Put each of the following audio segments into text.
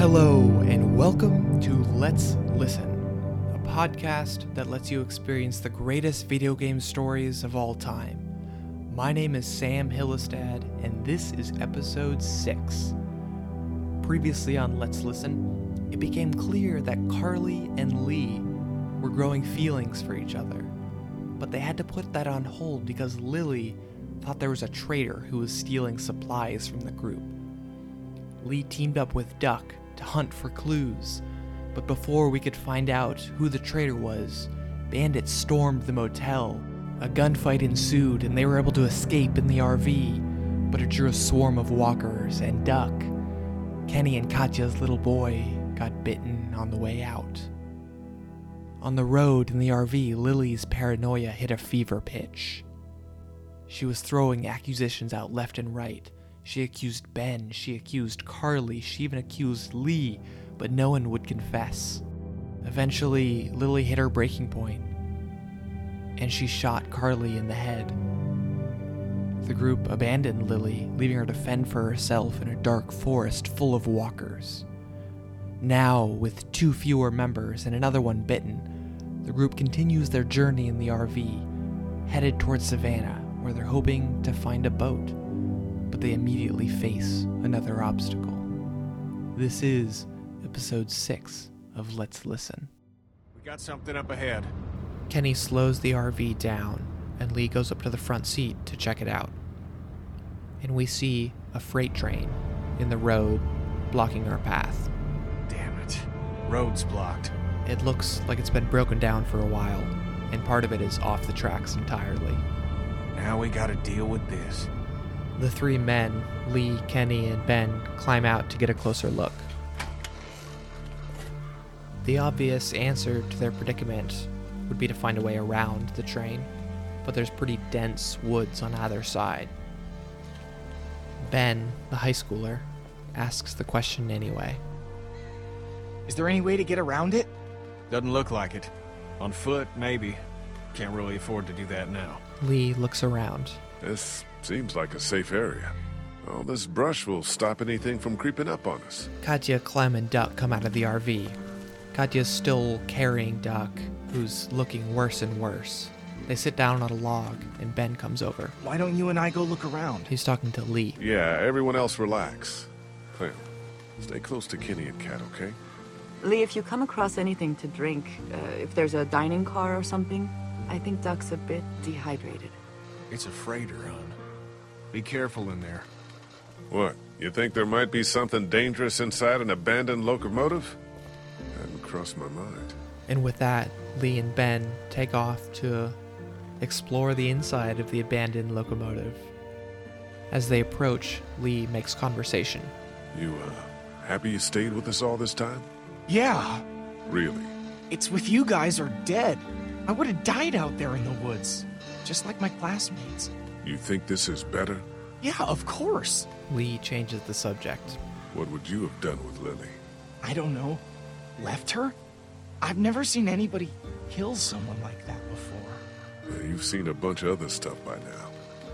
Hello, and welcome to Let's Listen, a podcast that lets you experience the greatest video game stories of all time. My name is Sam Hillestad, and this is episode 6. Previously on Let's Listen, it became clear that Carly and Lee were growing feelings for each other, but they had to put that on hold because Lily thought there was a traitor who was stealing supplies from the group. Lee teamed up with Duck to hunt for clues. But before we could find out who the traitor was, bandits stormed the motel. A gunfight ensued, and they were able to escape in the RV, but it drew a swarm of walkers and Duck. Kenny and Katya's little boy got bitten on the way out. On the road in the RV, Lily's paranoia hit a fever pitch. She was throwing accusations out left and right. She accused Ben, she accused Carly, she even accused Lee, but no one would confess. Eventually, Lily hit her breaking point, and she shot Carly in the head. The group abandoned Lily, leaving her to fend for herself in a dark forest full of walkers. Now, with two fewer members and another one bitten, the group continues their journey in the RV, headed towards Savannah, where they're hoping to find a boat but they immediately face another obstacle. This is episode 6 of Let's Listen. We got something up ahead. Kenny slows the RV down, and Lee goes up to the front seat to check it out. And we see a freight train in the road blocking our path. Damn it. Road's blocked. It looks like it's been broken down for a while, and part of it is off the tracks entirely. Now we gotta deal with this. The three men, Lee, Kenny, and Ben, climb out to get a closer look. The obvious answer to their predicament would be to find a way around the train, but there's pretty dense woods on either side. Ben, the high schooler, asks the question anyway. Is there any way to get around it? Doesn't look like it. On foot, maybe. Can't really afford to do that now. Lee looks around. This seems like a safe area. All this brush will stop anything from creeping up on us. Katya, Clem, and Duck come out of the RV. Katya's still carrying Duck, who's looking worse and worse. They sit down on a log, and Ben comes over. Why don't you and I go look around? He's talking to Lee. Yeah, everyone else relax. Clem, stay close to Kenny and Kat, okay? Lee, if you come across anything to drink, uh, if there's a dining car or something, I think Duck's a bit dehydrated. It's a freighter, hon. Be careful in there. What? You think there might be something dangerous inside an abandoned locomotive? Hadn't crossed my mind. And with that, Lee and Ben take off to explore the inside of the abandoned locomotive. As they approach, Lee makes conversation. You, uh, happy you stayed with us all this time? Yeah, Really? it's with you guys are dead. I would have died out there in the woods, just like my classmates. You think this is better? Yeah, of course. Lee changes the subject. What would you have done with Lily? I don't know. Left her? I've never seen anybody kill someone like that before. Uh, You've seen a bunch of other stuff by now.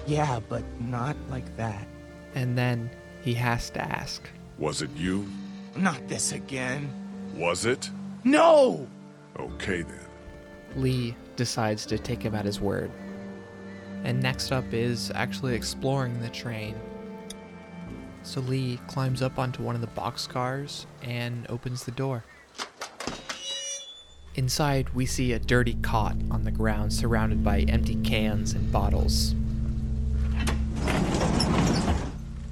Yeah, but not like that. And then he has to ask. Was it you? Not this again. Was it? No! Okay then. Lee decides to take him at his word. And next up is actually exploring the train. So Lee climbs up onto one of the boxcars and opens the door. Inside, we see a dirty cot on the ground surrounded by empty cans and bottles.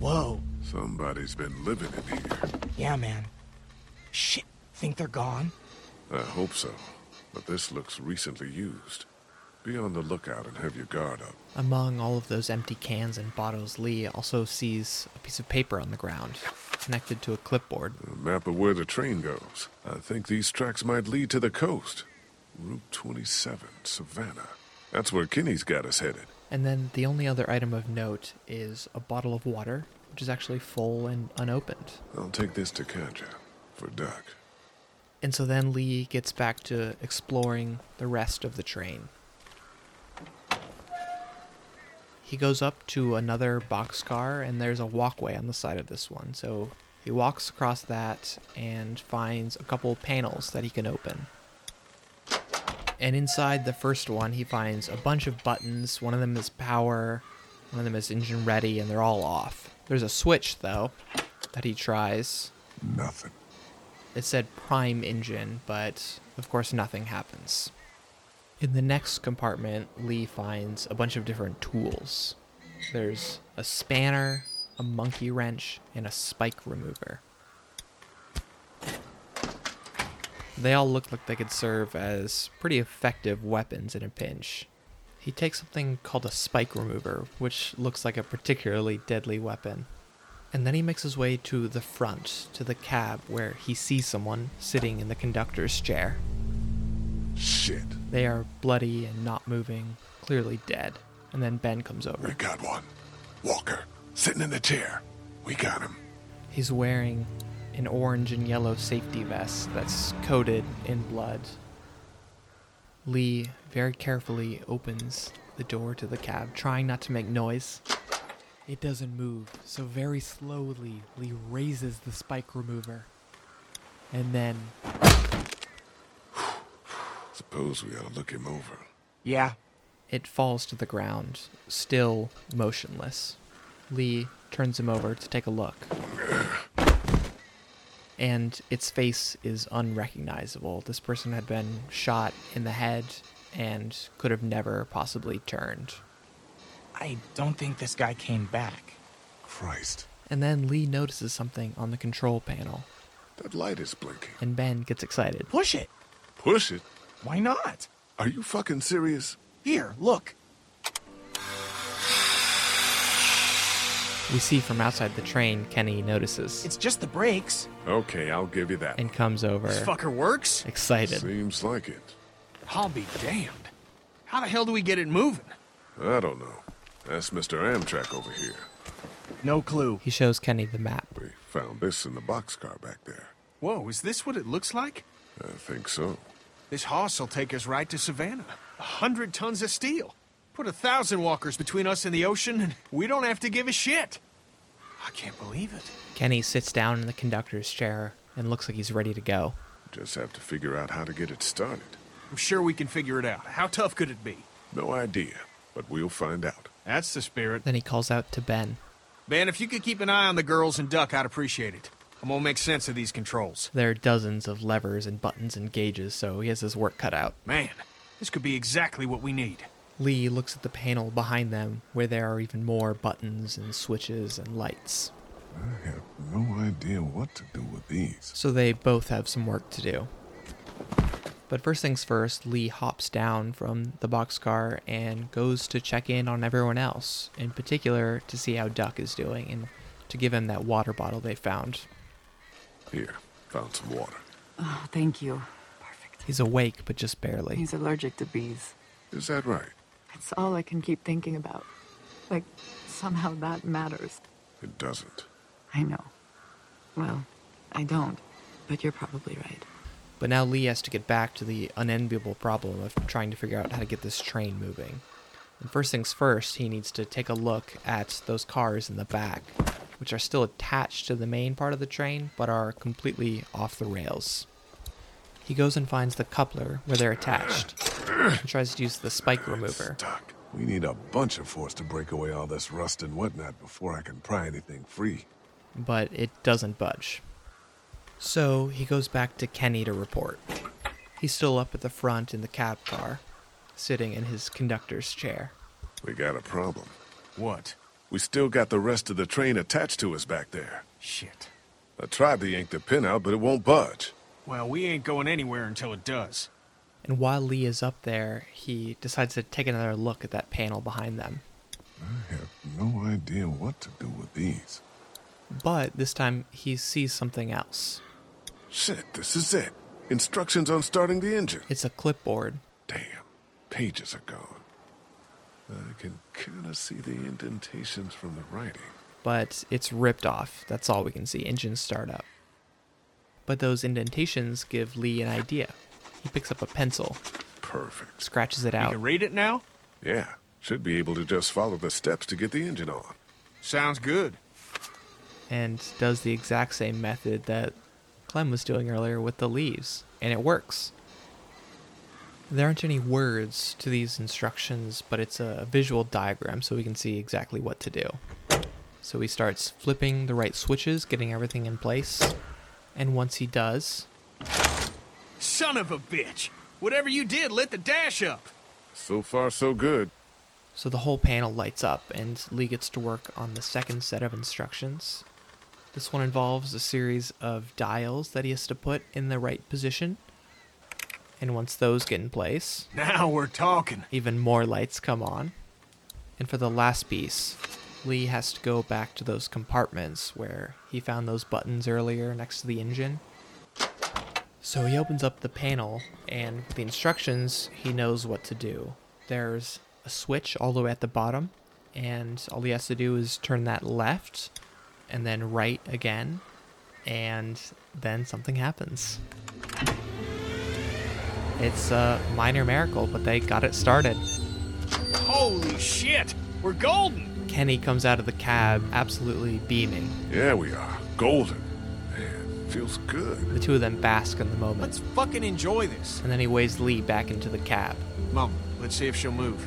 Whoa. Somebody's been living in here. Yeah, man. Shit. Think they're gone? I hope so, but this looks recently used. Be on the lookout and have your guard up. Among all of those empty cans and bottles, Lee also sees a piece of paper on the ground connected to a clipboard. A map of where the train goes. I think these tracks might lead to the coast. Route 27, Savannah. That's where Kinney's got us headed. And then the only other item of note is a bottle of water, which is actually full and unopened. I'll take this to Katja for Duck. And so then Lee gets back to exploring the rest of the train. He goes up to another boxcar, and there's a walkway on the side of this one, so He walks across that and finds a couple panels that he can open. And inside the first one, he finds a bunch of buttons. One of them is power, one of them is engine ready, and they're all off. There's a switch, though, that he tries. Nothing. It said prime engine, but of course, nothing happens. In the next compartment, Lee finds a bunch of different tools. There's a spanner, a monkey wrench, and a spike remover. They all look like they could serve as pretty effective weapons in a pinch. He takes something called a spike remover, which looks like a particularly deadly weapon. And then he makes his way to the front, to the cab, where he sees someone sitting in the conductor's chair. Shit. They are bloody and not moving, clearly dead. And then Ben comes We over. got one. Walker, sitting in the chair. We got him. He's wearing an orange and yellow safety vest that's coated in blood. Lee very carefully opens the door to the cab, trying not to make noise. It doesn't move, so very slowly Lee raises the spike remover. And then Suppose we ought to look him over. Yeah, it falls to the ground, still motionless. Lee turns him over to take a look. And its face is unrecognizable. This person had been shot in the head and could have never possibly turned. I don't think this guy came back. Christ. And then Lee notices something on the control panel, That light is blinking. and Ben gets excited. Push it. Push it. Why not? Are you fucking serious? Here, look. We see from outside the train, Kenny notices It's just the brakes. Okay, I'll give you that. and comes over, This fucker works. excited. Seems like it. I'll be damned. How the hell do we get it moving? I don't know. That's Mr. Amtrak over here. No clue. He shows Kenny the map. We found this in the boxcar back there. Whoa, is this what it looks like? I think so. This hoss will take us right to Savannah. A hundred tons of steel. Put a thousand walkers between us and the ocean, and we don't have to give a shit. I can't believe it. Kenny sits down in the conductor's chair and looks like he's ready to go. Just have to figure out how to get it started. I'm sure we can figure it out. How tough could it be? No idea, but we'll find out. That's the spirit. Then he calls out to Ben. Ben, if you could keep an eye on the girls and Duck, I'd appreciate it. I'm gonna make sense of these controls. There are dozens of levers and buttons and gauges, so he has his work cut out. Man, this could be exactly what we need. Lee looks at the panel behind them, where there are even more buttons and switches and lights. I have no idea what to do with these. So they both have some work to do. But first things first, Lee hops down from the boxcar and goes to check in on everyone else, in particular to see how Duck is doing and to give him that water bottle they found. Here, found some water. Oh, thank you. Perfect. He's awake, but just barely. He's allergic to bees. Is that right? That's all I can keep thinking about. Like, somehow that matters. It doesn't. I know. Well, I don't, but you're probably right. But now Lee has to get back to the unenviable problem of trying to figure out how to get this train moving. And first things first, he needs to take a look at those cars in the back, which are still attached to the main part of the train but are completely off the rails. He goes and finds the coupler where they're attached and tries to use the spike remover. Doc, we need a bunch of force to break away all this rust and whatnot before I can pry anything free. but it doesn't budge. So he goes back to Kenny to report. He's still up at the front in the cab car, sitting in his conductor's chair. We got a problem. What? We still got the rest of the train attached to us back there. Shit. I tried to yank the pin out, but it won't budge. Well, we ain't going anywhere until it does. And while Lee is up there, he decides to take another look at that panel behind them. I have no idea what to do with these. But this time he sees something else. Shit, this is it. Instructions on starting the engine. It's a clipboard. Damn, pages are gone. I can kind of see the indentations from the writing. but it's ripped off. That's all we can see. Engine startup. But those indentations give Lee an idea. He picks up a pencil, Perfect. scratches it You out, can read it now? Yeah, should be able to just follow the steps to get the engine on. Sounds good. and does the exact same method that Clem was doing earlier with the leaves, and it works. There aren't any words to these instructions, but it's a visual diagram so we can see exactly what to do. So he starts flipping the right switches, getting everything in place, and once he does, Son of a bitch! Whatever you did lit the dash up! So far, so good. So the whole panel lights up, and Lee gets to work on the second set of instructions. This one involves a series of dials that he has to put in the right position. And once those get in place, Now we're talking. even more lights come on. And for the last piece, Lee has to go back to those compartments where he found those buttons earlier next to the engine. So he opens up the panel, and with the instructions, he knows what to do. There's a switch all the way at the bottom, and all he has to do is turn that left and then right again, and then something happens. It's a minor miracle, but they got it started. Holy shit! We're golden! Kenny comes out of the cab absolutely beaming. Yeah, we are. Golden. Man, feels good. The two of them bask in the moment. Let's fucking enjoy this. And then he weighs Lee back into the cab. Mom, let's see if she'll move.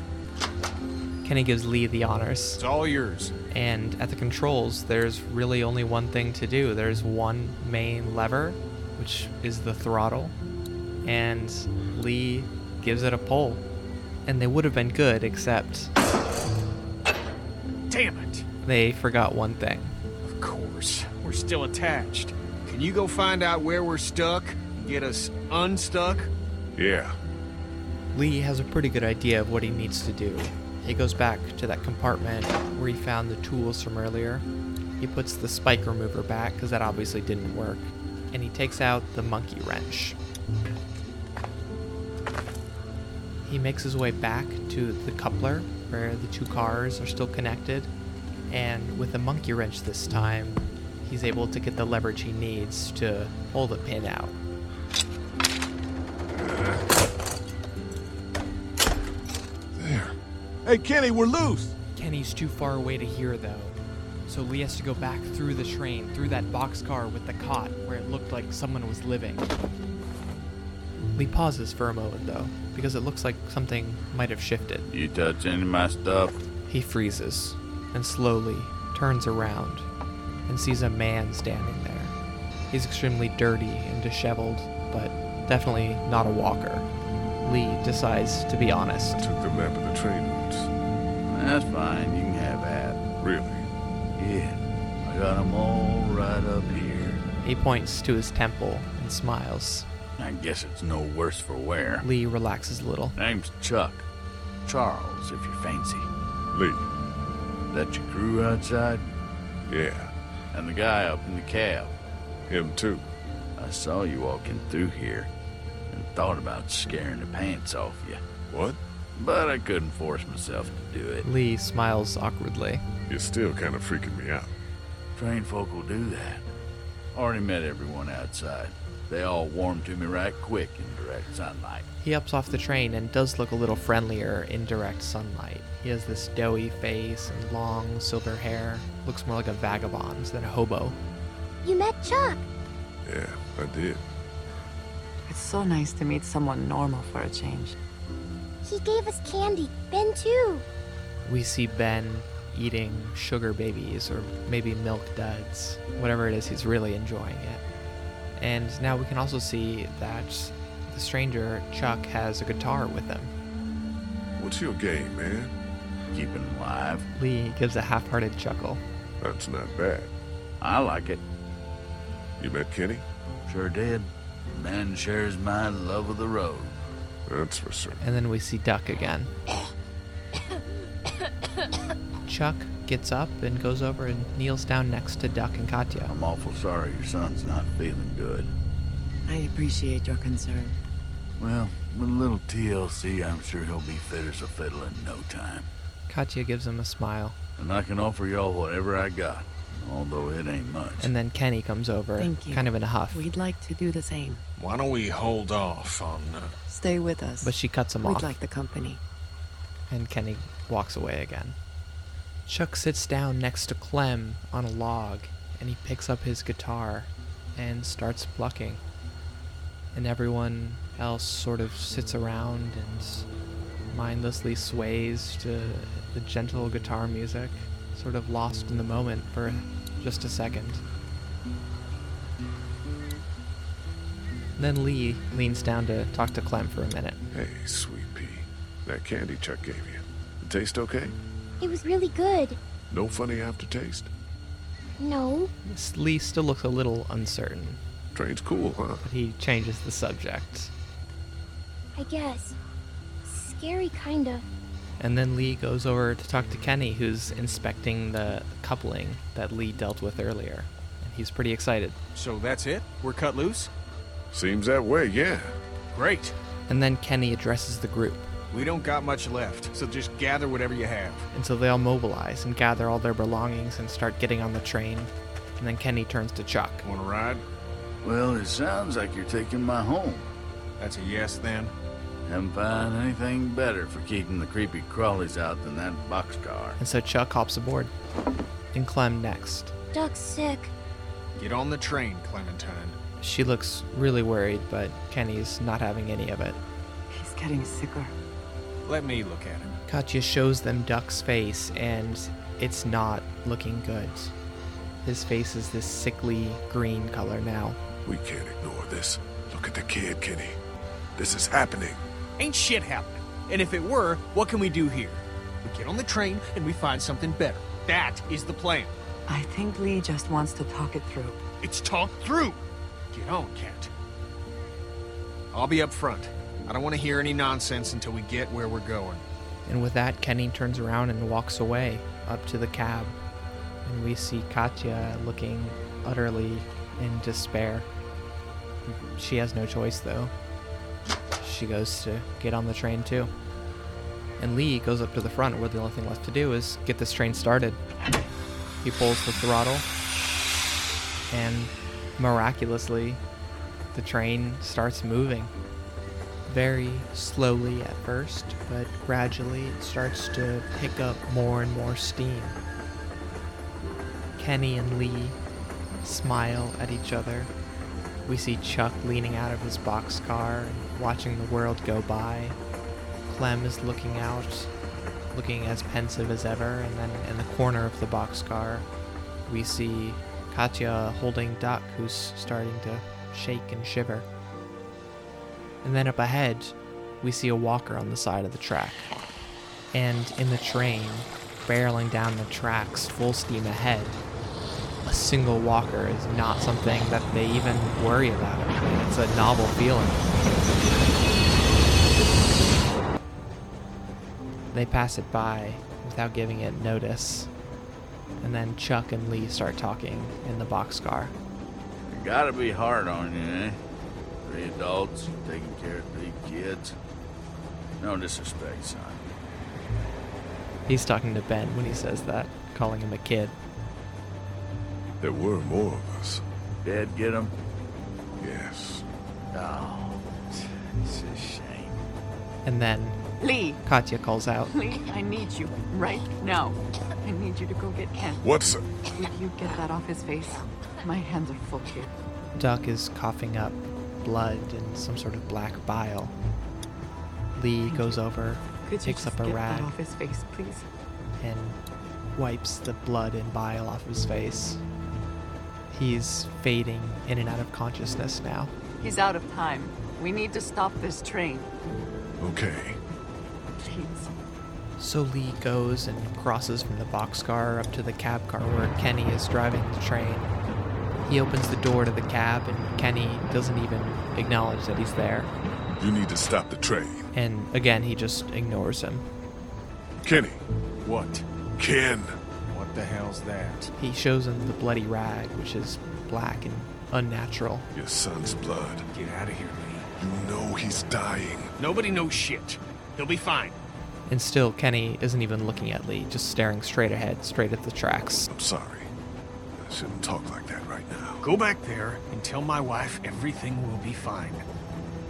Kenny gives Lee the honors. It's all yours. And at the controls, there's really only one thing to do. There's one main lever, which is the throttle. And Lee gives it a pull. And they would have been good, except Damn it! they forgot one thing. Of course, we're still attached. Can you go find out where we're stuck? and Get us unstuck? Yeah. Lee has a pretty good idea of what he needs to do. He goes back to that compartment where he found the tools from earlier. He puts the spike remover back because that obviously didn't work, and he takes out the monkey wrench. He makes his way back to the coupler where the two cars are still connected, and with the monkey wrench this time, he's able to get the leverage he needs to pull the pin out. There. Hey, Kenny, we're loose. Kenny's too far away to hear, though. So Lee has to go back through the train, through that boxcar with the cot where it looked like someone was living. Lee pauses for a moment, though, because it looks like something might have shifted. You touch any of my stuff? He freezes and slowly turns around and sees a man standing there. He's extremely dirty and disheveled, but definitely not a walker. Lee decides to be honest. Took the map of the train routes. That's fine. You can have that. Really? Yeah. I got 'em all right up here. He points to his temple and smiles. I guess it's no worse for wear. Lee relaxes a little. Name's Chuck. Charles, if you fancy. Lee. That your crew outside? Yeah. And the guy up in the cab. Him too. I saw you walking through here and thought about scaring the pants off you. What? But I couldn't force myself to do it. Lee smiles awkwardly. You're still kind of freaking me out. Train folk will do that. Already met everyone outside. They all warmed to me right quick in direct sunlight. He ups off the train and does look a little friendlier in direct sunlight. He has this doughy face and long silver hair. Looks more like a vagabond than a hobo. You met Chuck. Yeah, I did. It's so nice to meet someone normal for a change. He gave us candy. Ben, too. We see Ben eating sugar babies or maybe milk duds, whatever it is, he's really enjoying it. And now we can also see that the stranger, Chuck, has a guitar with him. What's your game, man? Keeping alive. Lee gives a half hearted chuckle. That's not bad. I like it. You met Kenny? Sure did. Man shares my love of the road. That's for certain. And then we see Duck again. Chuck gets up and goes over and kneels down next to Duck and Katya. I'm awful sorry your son's not feeling good. I appreciate your concern. Well, with a little TLC, I'm sure he'll be fit as a fiddle in no time. Katya gives him a smile. And I can offer y'all whatever I got, although it ain't much. And then Kenny comes over, Thank you. kind of in a huff. We'd like to do the same. Why don't we hold off on. Uh... Stay with us. But she cuts him We'd off. like the company. and Kenny walks away again. Chuck sits down next to Clem on a log and he picks up his guitar and starts plucking. And everyone else sort of sits around and mindlessly sways to the gentle guitar music, sort of lost in the moment for just a second. Then Lee leans down to talk to Clem for a minute. Hey, sweet pea. That candy Chuck gave you. The taste okay? It was really good. No funny aftertaste? No, Miss Lee still looks a little uncertain, Train's cool, huh? but he changes the subject. I guess. Scary, kind of. And then Lee goes over to talk to Kenny, who's inspecting the coupling that Lee dealt with earlier. And he's pretty excited. So that's it? We're cut loose? Seems that way, yeah. Great. And then Kenny addresses the group. We don't got much left, so just gather whatever you have. And so they all mobilize and gather all their belongings and start getting on the train. And then Kenny turns to Chuck. Want to ride? Well, it sounds like you're taking my home. That's a yes then. Haven't found anything better for keeping the creepy crawlies out than that boxcar. And so Chuck hops aboard. And Clem next. Duck's sick. Get on the train, Clementine. She looks really worried, but Kenny's not having any of it. He's getting sicker. Let me look at him. Katya shows them Duck's face, and it's not looking good. His face is this sickly green color now. We can't ignore this. Look at the kid, Kenny. This is happening. Ain't shit happening. And if it were, what can we do here? We get on the train and we find something better. That is the plan. I think Lee just wants to talk it through. It's talked through. Get on, cat. I'll be up front. I don't want to hear any nonsense until we get where we're going. And with that, Kenny turns around and walks away up to the cab. And we see Katya looking utterly in despair. She has no choice, though. She goes to get on the train, too. And Lee goes up to the front where the only thing left to do is get this train started. He pulls the throttle, and miraculously, the train starts moving very slowly at first, but gradually it starts to pick up more and more steam. Kenny and Lee smile at each other. We see Chuck leaning out of his boxcar and watching the world go by. Clem is looking out, looking as pensive as ever, and then in the corner of the boxcar, we see Katya holding Duck, who's starting to shake and shiver. And then up ahead, we see a walker on the side of the track. And in the train, barreling down the tracks full steam ahead, a single walker is not something that they even worry about. It's a novel feeling. They pass it by without giving it notice. And then Chuck and Lee start talking in the boxcar. You gotta be hard on you, eh? Three adults taking care of three kids. No disrespect, son. He's talking to Ben when he says that, calling him a kid. There were more of us. Dad get 'em? Yes. Oh, it's a shame. And then Lee, Katya calls out. Lee, I need you right now. I need you to go get Ken. What's a- Will you get that off his face? My hands are full here. Duck is coughing up blood and some sort of black bile. Lee goes over, Could you picks just up a get rag, that off his face, please? and wipes the blood and bile off his face. He's fading in and out of consciousness now. He's out of time. We need to stop this train. Okay. Please. So Lee goes and crosses from the boxcar up to the cab car where Kenny is driving the train. He opens the door to the cab, and Kenny doesn't even acknowledge that he's there. You need to stop the train. And again, he just ignores him. Kenny. What? Ken. What the hell's that? He shows him the bloody rag, which is black and unnatural. Your son's blood. Get out of here, Lee. You know he's dying. Nobody knows shit. They'll be fine. And still, Kenny isn't even looking at Lee, just staring straight ahead, straight at the tracks. I'm sorry. I shouldn't talk like that right now. Go back there and tell my wife everything will be fine.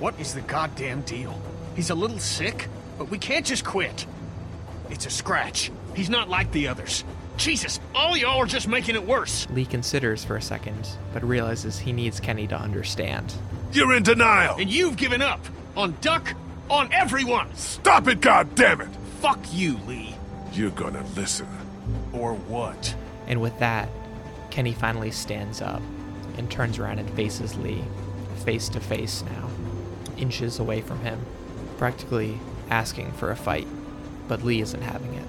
What is the goddamn deal? He's a little sick, but we can't just quit. It's a scratch. He's not like the others. Jesus, all y'all are just making it worse. Lee considers for a second, but realizes he needs Kenny to understand. You're in denial! And you've given up on Duck, on everyone. Stop it, goddammit! Fuck you, Lee. You're gonna listen. Or what? And with that, Kenny finally stands up and turns around and faces Lee, face to face now, inches away from him, practically asking for a fight. But Lee isn't having it.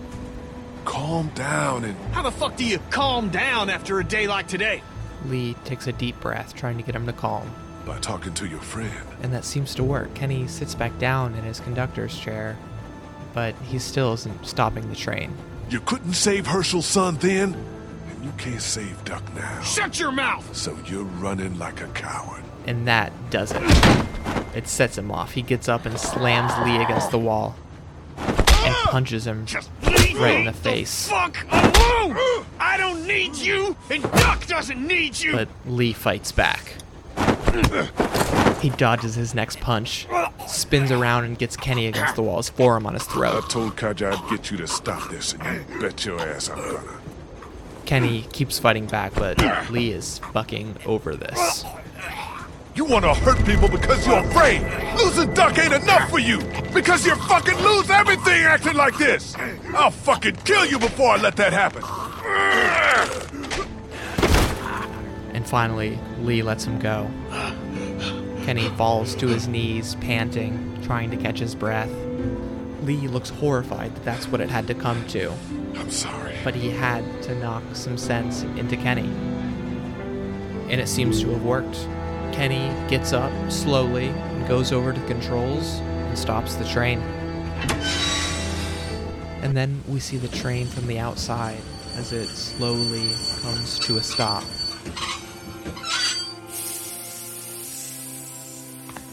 Calm down and How the fuck do you calm down after a day like today? Lee takes a deep breath, trying to get him to calm, by talking to your friend. and that seems to work. Kenny sits back down in his conductor's chair, but he still isn't stopping the train. You couldn't save Herschel's son then, and you can't save Duck now. Shut your mouth! So you're running like a coward. and that does it. It sets him off. He gets up and slams Lee against the wall and punches him. Ah! Just leave Right me in the face. fuck alone! I don't need you, and Duck doesn't need you. But Lee fights back. He dodges his next punch, spins around, and gets Kenny against the wall, his forearm on his I throat. told Kaja I'd get you to stop this, and you bet your ass I'm gonna. Kenny keeps fighting back, but Lee is fucking over this. You want to hurt people because you're afraid. Losing Duck ain't enough for you because you fucking lose everything acting like this. I'll fucking kill you before I let that happen. And finally, Lee lets him go. Kenny falls to his knees, panting, trying to catch his breath. Lee looks horrified that that's what it had to come to, I'm sorry. but he had to knock some sense into Kenny. And it seems to have worked. Kenny gets up slowly and goes over to the controls and stops the train. And then we see the train from the outside as it slowly comes to a stop.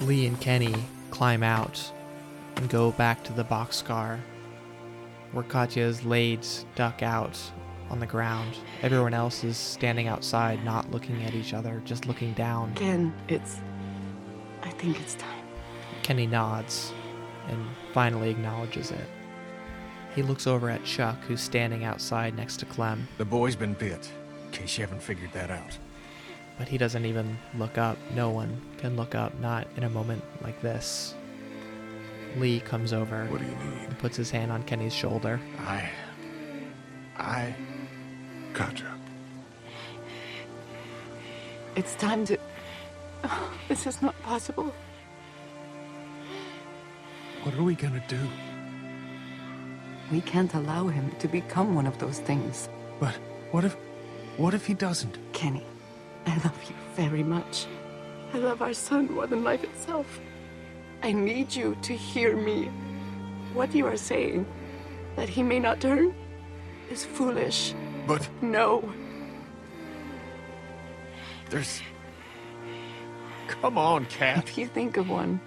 Lee and Kenny climb out and go back to the boxcar where Katya is laid stuck out on the ground. Everyone else is standing outside, not looking at each other, just looking down. Ken, it's. I think it's time. Kenny nods and finally acknowledges it. He looks over at Chuck, who's standing outside next to Clem, The boy's been bit, in case you haven't figured that out. but he doesn't even look up. No one can look up, not in a moment like this. Lee comes over What do you need? and puts his hand on Kenny's shoulder. I. I. Kaja, It's time to. Oh, this is not possible. What are we gonna do? We can't allow him to become one of those things. But what if. What if he doesn't? Kenny, I love you very much. I love our son more than life itself. I need you to hear me. What you are saying, that he may not turn, is foolish. But No. there's. Come on, Cat. If you think of one,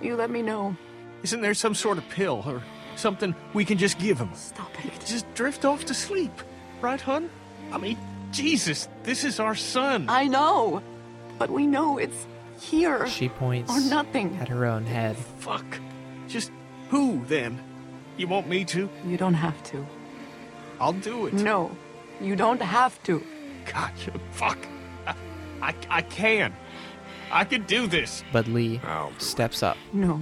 you let me know. Isn't there some sort of pill or something we can just give him? Stop it. Just drift off to sleep, right, hun? I mean, Jesus, this is our son. I know, but we know it's here. She points Or nothing. at her own head. Fuck. Just who then? You want me to? You don't have to. I'll do it. No, you don't have to. Gotcha. Fuck. I, I, I can. I can do this. But Lee I'll do it. steps up. No,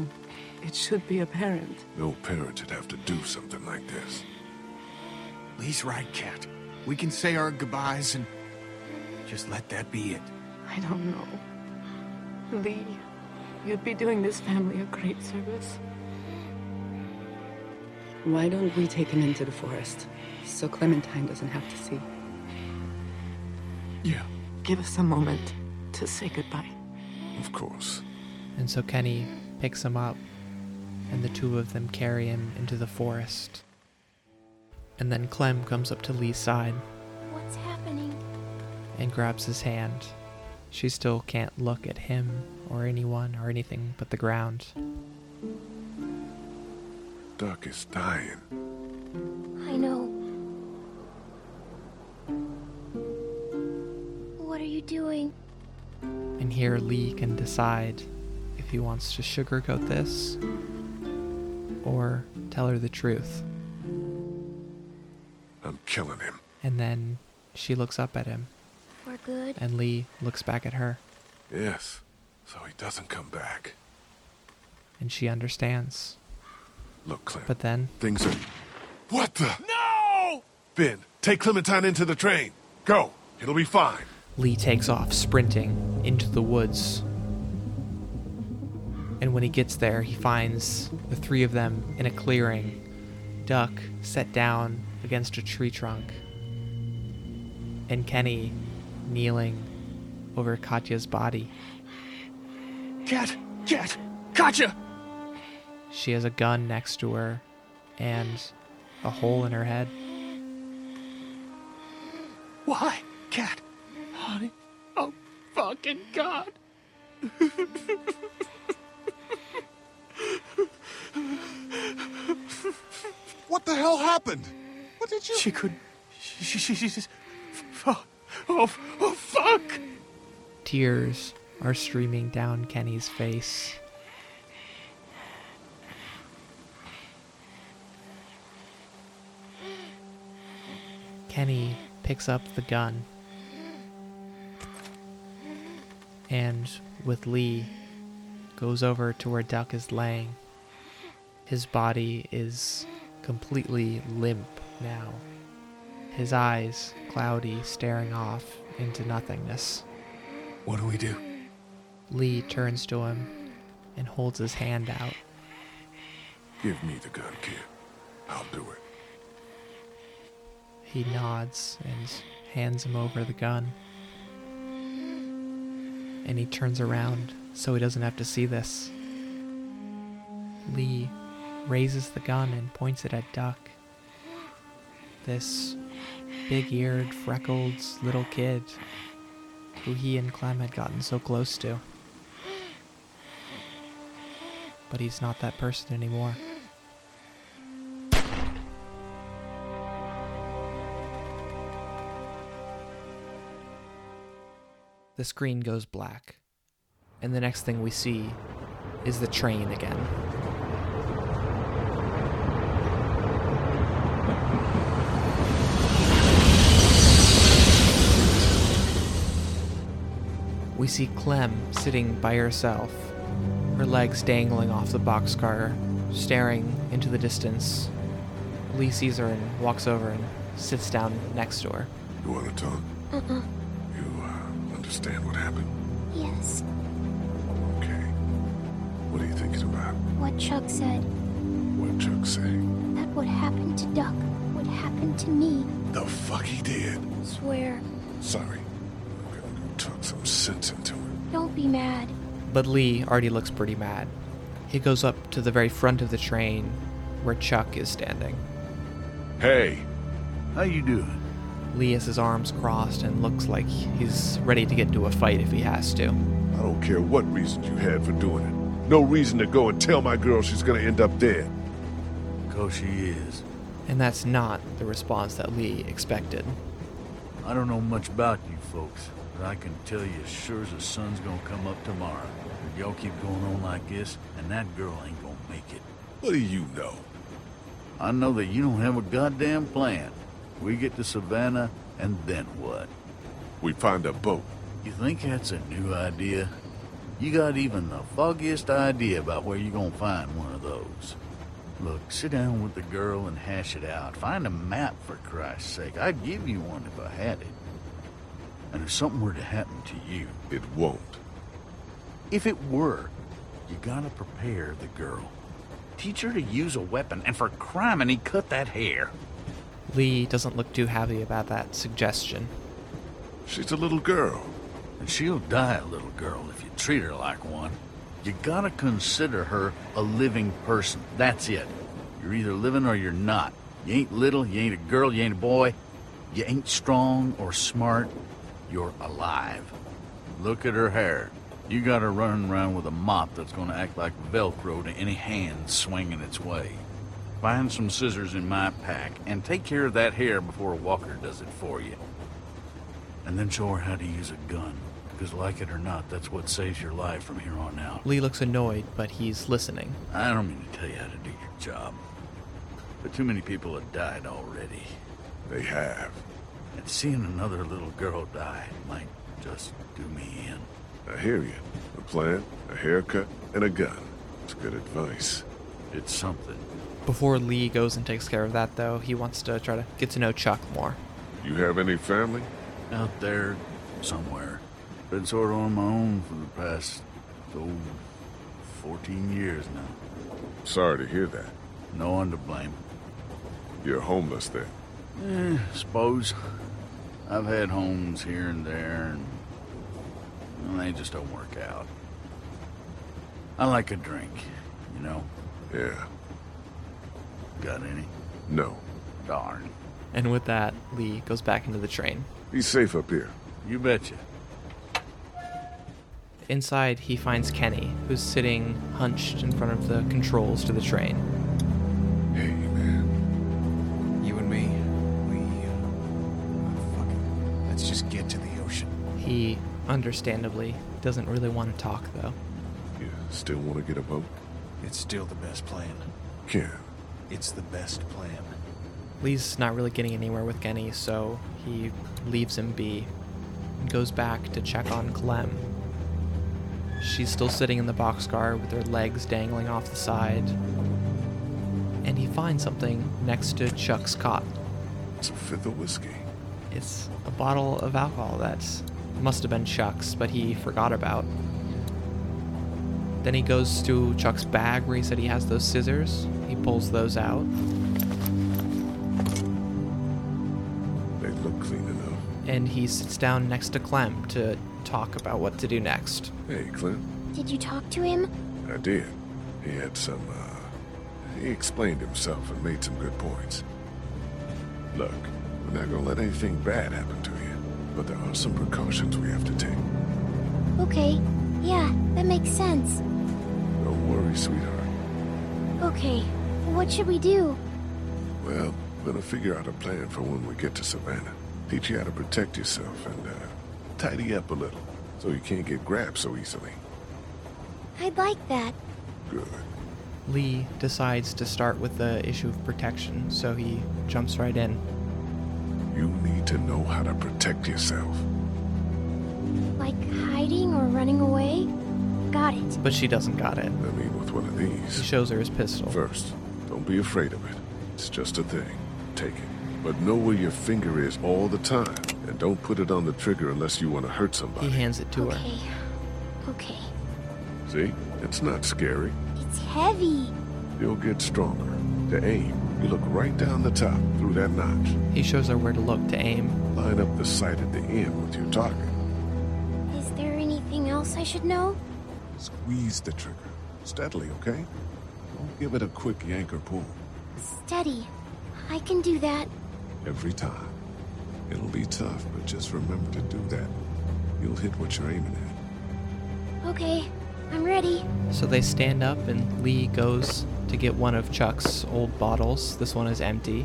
it should be apparent. no parent would have to do something like this. Lee's right, Cat. We can say our goodbyes and just let that be it. I don't know. Lee, you'd be doing this family a great service. Why don't we take him into the forest so Clementine doesn't have to see? Yeah. Give us a moment to say goodbye. Of course. And so Kenny picks him up, and the two of them carry him into the forest. And then Clem comes up to Lee's side What's happening? and grabs his hand. She still can't look at him or anyone or anything but the ground. Duck is dying. I know. What are you doing? And here Lee can decide if he wants to sugarcoat this or tell her the truth. I'm killing him. And then she looks up at him, For good? and Lee looks back at her, Yes. So he doesn't come back. and she understands. Look, Clint. But then, Things are. What the? No! Ben, take Clementine into the train. Go. It'll be fine. Lee takes off sprinting into the woods. And when he gets there, he finds the three of them in a clearing, Duck set down against a tree trunk, and Kenny kneeling over Katya's body. Cat! Cat! Gotcha! She has a gun next to her and a hole in her head. Why? Cat! Oh, fucking God. What the hell happened? What did you. She could. She, she, she, she's. f- f- Oh, oh, fuck! Tears are streaming down Kenny's face. Kenny picks up the gun. And with Lee, goes over to where Duck is laying. His body is completely limp now. His eyes cloudy, staring off into nothingness. What do we do? Lee turns to him and holds his hand out. Give me the gun, kid. I'll do it. He nods and hands him over the gun. And he turns around so he doesn't have to see this. Lee raises the gun and points it at Duck. This big eared, freckled little kid who he and Clem had gotten so close to. But he's not that person anymore. the screen goes black. And the next thing we see is the train again. We see Clem sitting by herself, her legs dangling off the boxcar, staring into the distance. Lee sees her and walks over and sits down next to her. You want to talk? You uh, understand what happened? Yes. Okay. What are you thinking about? What Chuck said, What Chuck say? that what happened to Duck would happen to me. The fuck he did. Swear. Sorry. I'm gonna go talk some sense into it. Don't be mad. But Lee already looks pretty mad. He goes up to the very front of the train where Chuck is standing. Hey, How you doing? Lee has his arms crossed and looks like he's ready to get into a fight if he has to. I don't care what reason you had for doing it. No reason to go and tell my girl she's gonna end up dead. Cause she is. And that's not the response that Lee expected. I don't know much about you folks, but I can tell you as sure as the sun's gonna come up tomorrow. Y'all keep going on like this, and that girl ain't gonna make it. What do you know? I know that you don't have a goddamn plan. We get to Savannah, and then what? We find a boat. You think that's a new idea? You got even the foggiest idea about where you're gonna find one of those. Look, sit down with the girl and hash it out. Find a map for Christ's sake. I'd give you one if I had it. And if something were to happen to you, It won't. if it were, you gotta prepare the girl. Teach her to use a weapon, and for crime, and he cut that hair. Lee doesn't look too happy about that suggestion. She's a little girl. And she'll die a little girl if you treat her like one. You gotta consider her a living person. That's it. You're either living or you're not. You ain't little, you ain't a girl, you ain't a boy. You ain't strong or smart. You're alive. Look at her hair. You got her running around with a mop that's gonna act like Velcro to any hand swinging its way. Find some scissors in my pack and take care of that hair before Walker does it for you and then show her how to use a gun. Because, like it or not, that's what saves your life from here on out. Lee looks annoyed, but he's listening. I don't mean to tell you how to do your job, but too many people have died already. They have. And seeing another little girl die might just do me in. I hear you. A plan, a haircut, and a gun. It's good advice. It's something. Before Lee goes and takes care of that, though, he wants to try to get to know Chuck more. You have any family? Out there somewhere. Been sort of on my own for the past, oh, 14 years now. Sorry to hear that. No one to blame. You're homeless then. Suppose I've had homes here and there, and well, they just don't work out. I like a drink, you know. Yeah. Got any? No. Darn. And with that, Lee goes back into the train. Be safe up here. You betcha. Inside, he finds Kenny, who's sitting hunched in front of the controls to the train. Hey, man. You and me, we. Uh, oh, fuck it. Let's just get to the ocean. He, understandably, doesn't really want to talk, though. You still want to get a boat? It's still the best plan. Can. It's the best plan. Lee's not really getting anywhere with Kenny, so he leaves him be and goes back to check on Clem. She's still sitting in the boxcar with her legs dangling off the side, and he finds something next to Chuck's cot. It's a fifth of whiskey. It's a bottle of alcohol that must have been Chuck's, but he forgot about. Then he goes to Chuck's bag where he said he has those scissors. He pulls those out. They look clean enough. and he sits down next to Clem to talk about what to do next. Hey, Clint. Did you talk to him? I did. He had some, uh. He explained himself and made some good points. Look, we're not gonna let anything bad happen to you, but there are some precautions we have to take. Okay. Yeah, that makes sense. Don't worry, sweetheart. Okay. What should we do? Well, we're gonna figure out a plan for when we get to Savannah. Teach you how to protect yourself and, uh, tidy up a little so you can't get grabbed so easily. I'd like that. Good. Lee decides to start with the issue of protection, so he jumps right in. You need to know how to protect yourself. Like hiding or running away? Got it. But she doesn't got it. I mean, with one of He these. shows her his pistol. First, don't be afraid of it. It's just a thing. Take it. But know where your finger is all the time, and don't put it on the trigger unless you want to hurt He somebody. hands it to her. Okay. Okay. See? It's not scary. It's heavy. You'll get stronger. To aim, you look right down the top through that notch. He shows her where to look to aim. Line up the sight at the end with your target. Is there anything else I should know? Squeeze the trigger. Steadily, okay? Don't give it a quick yank or pull. Steady. I can do that. Every time. It'll be tough, but just remember to do that. You'll hit what you're aiming at. Okay. I'm ready. So they stand up, and Lee goes to get one of Chuck's old bottles. This one is empty.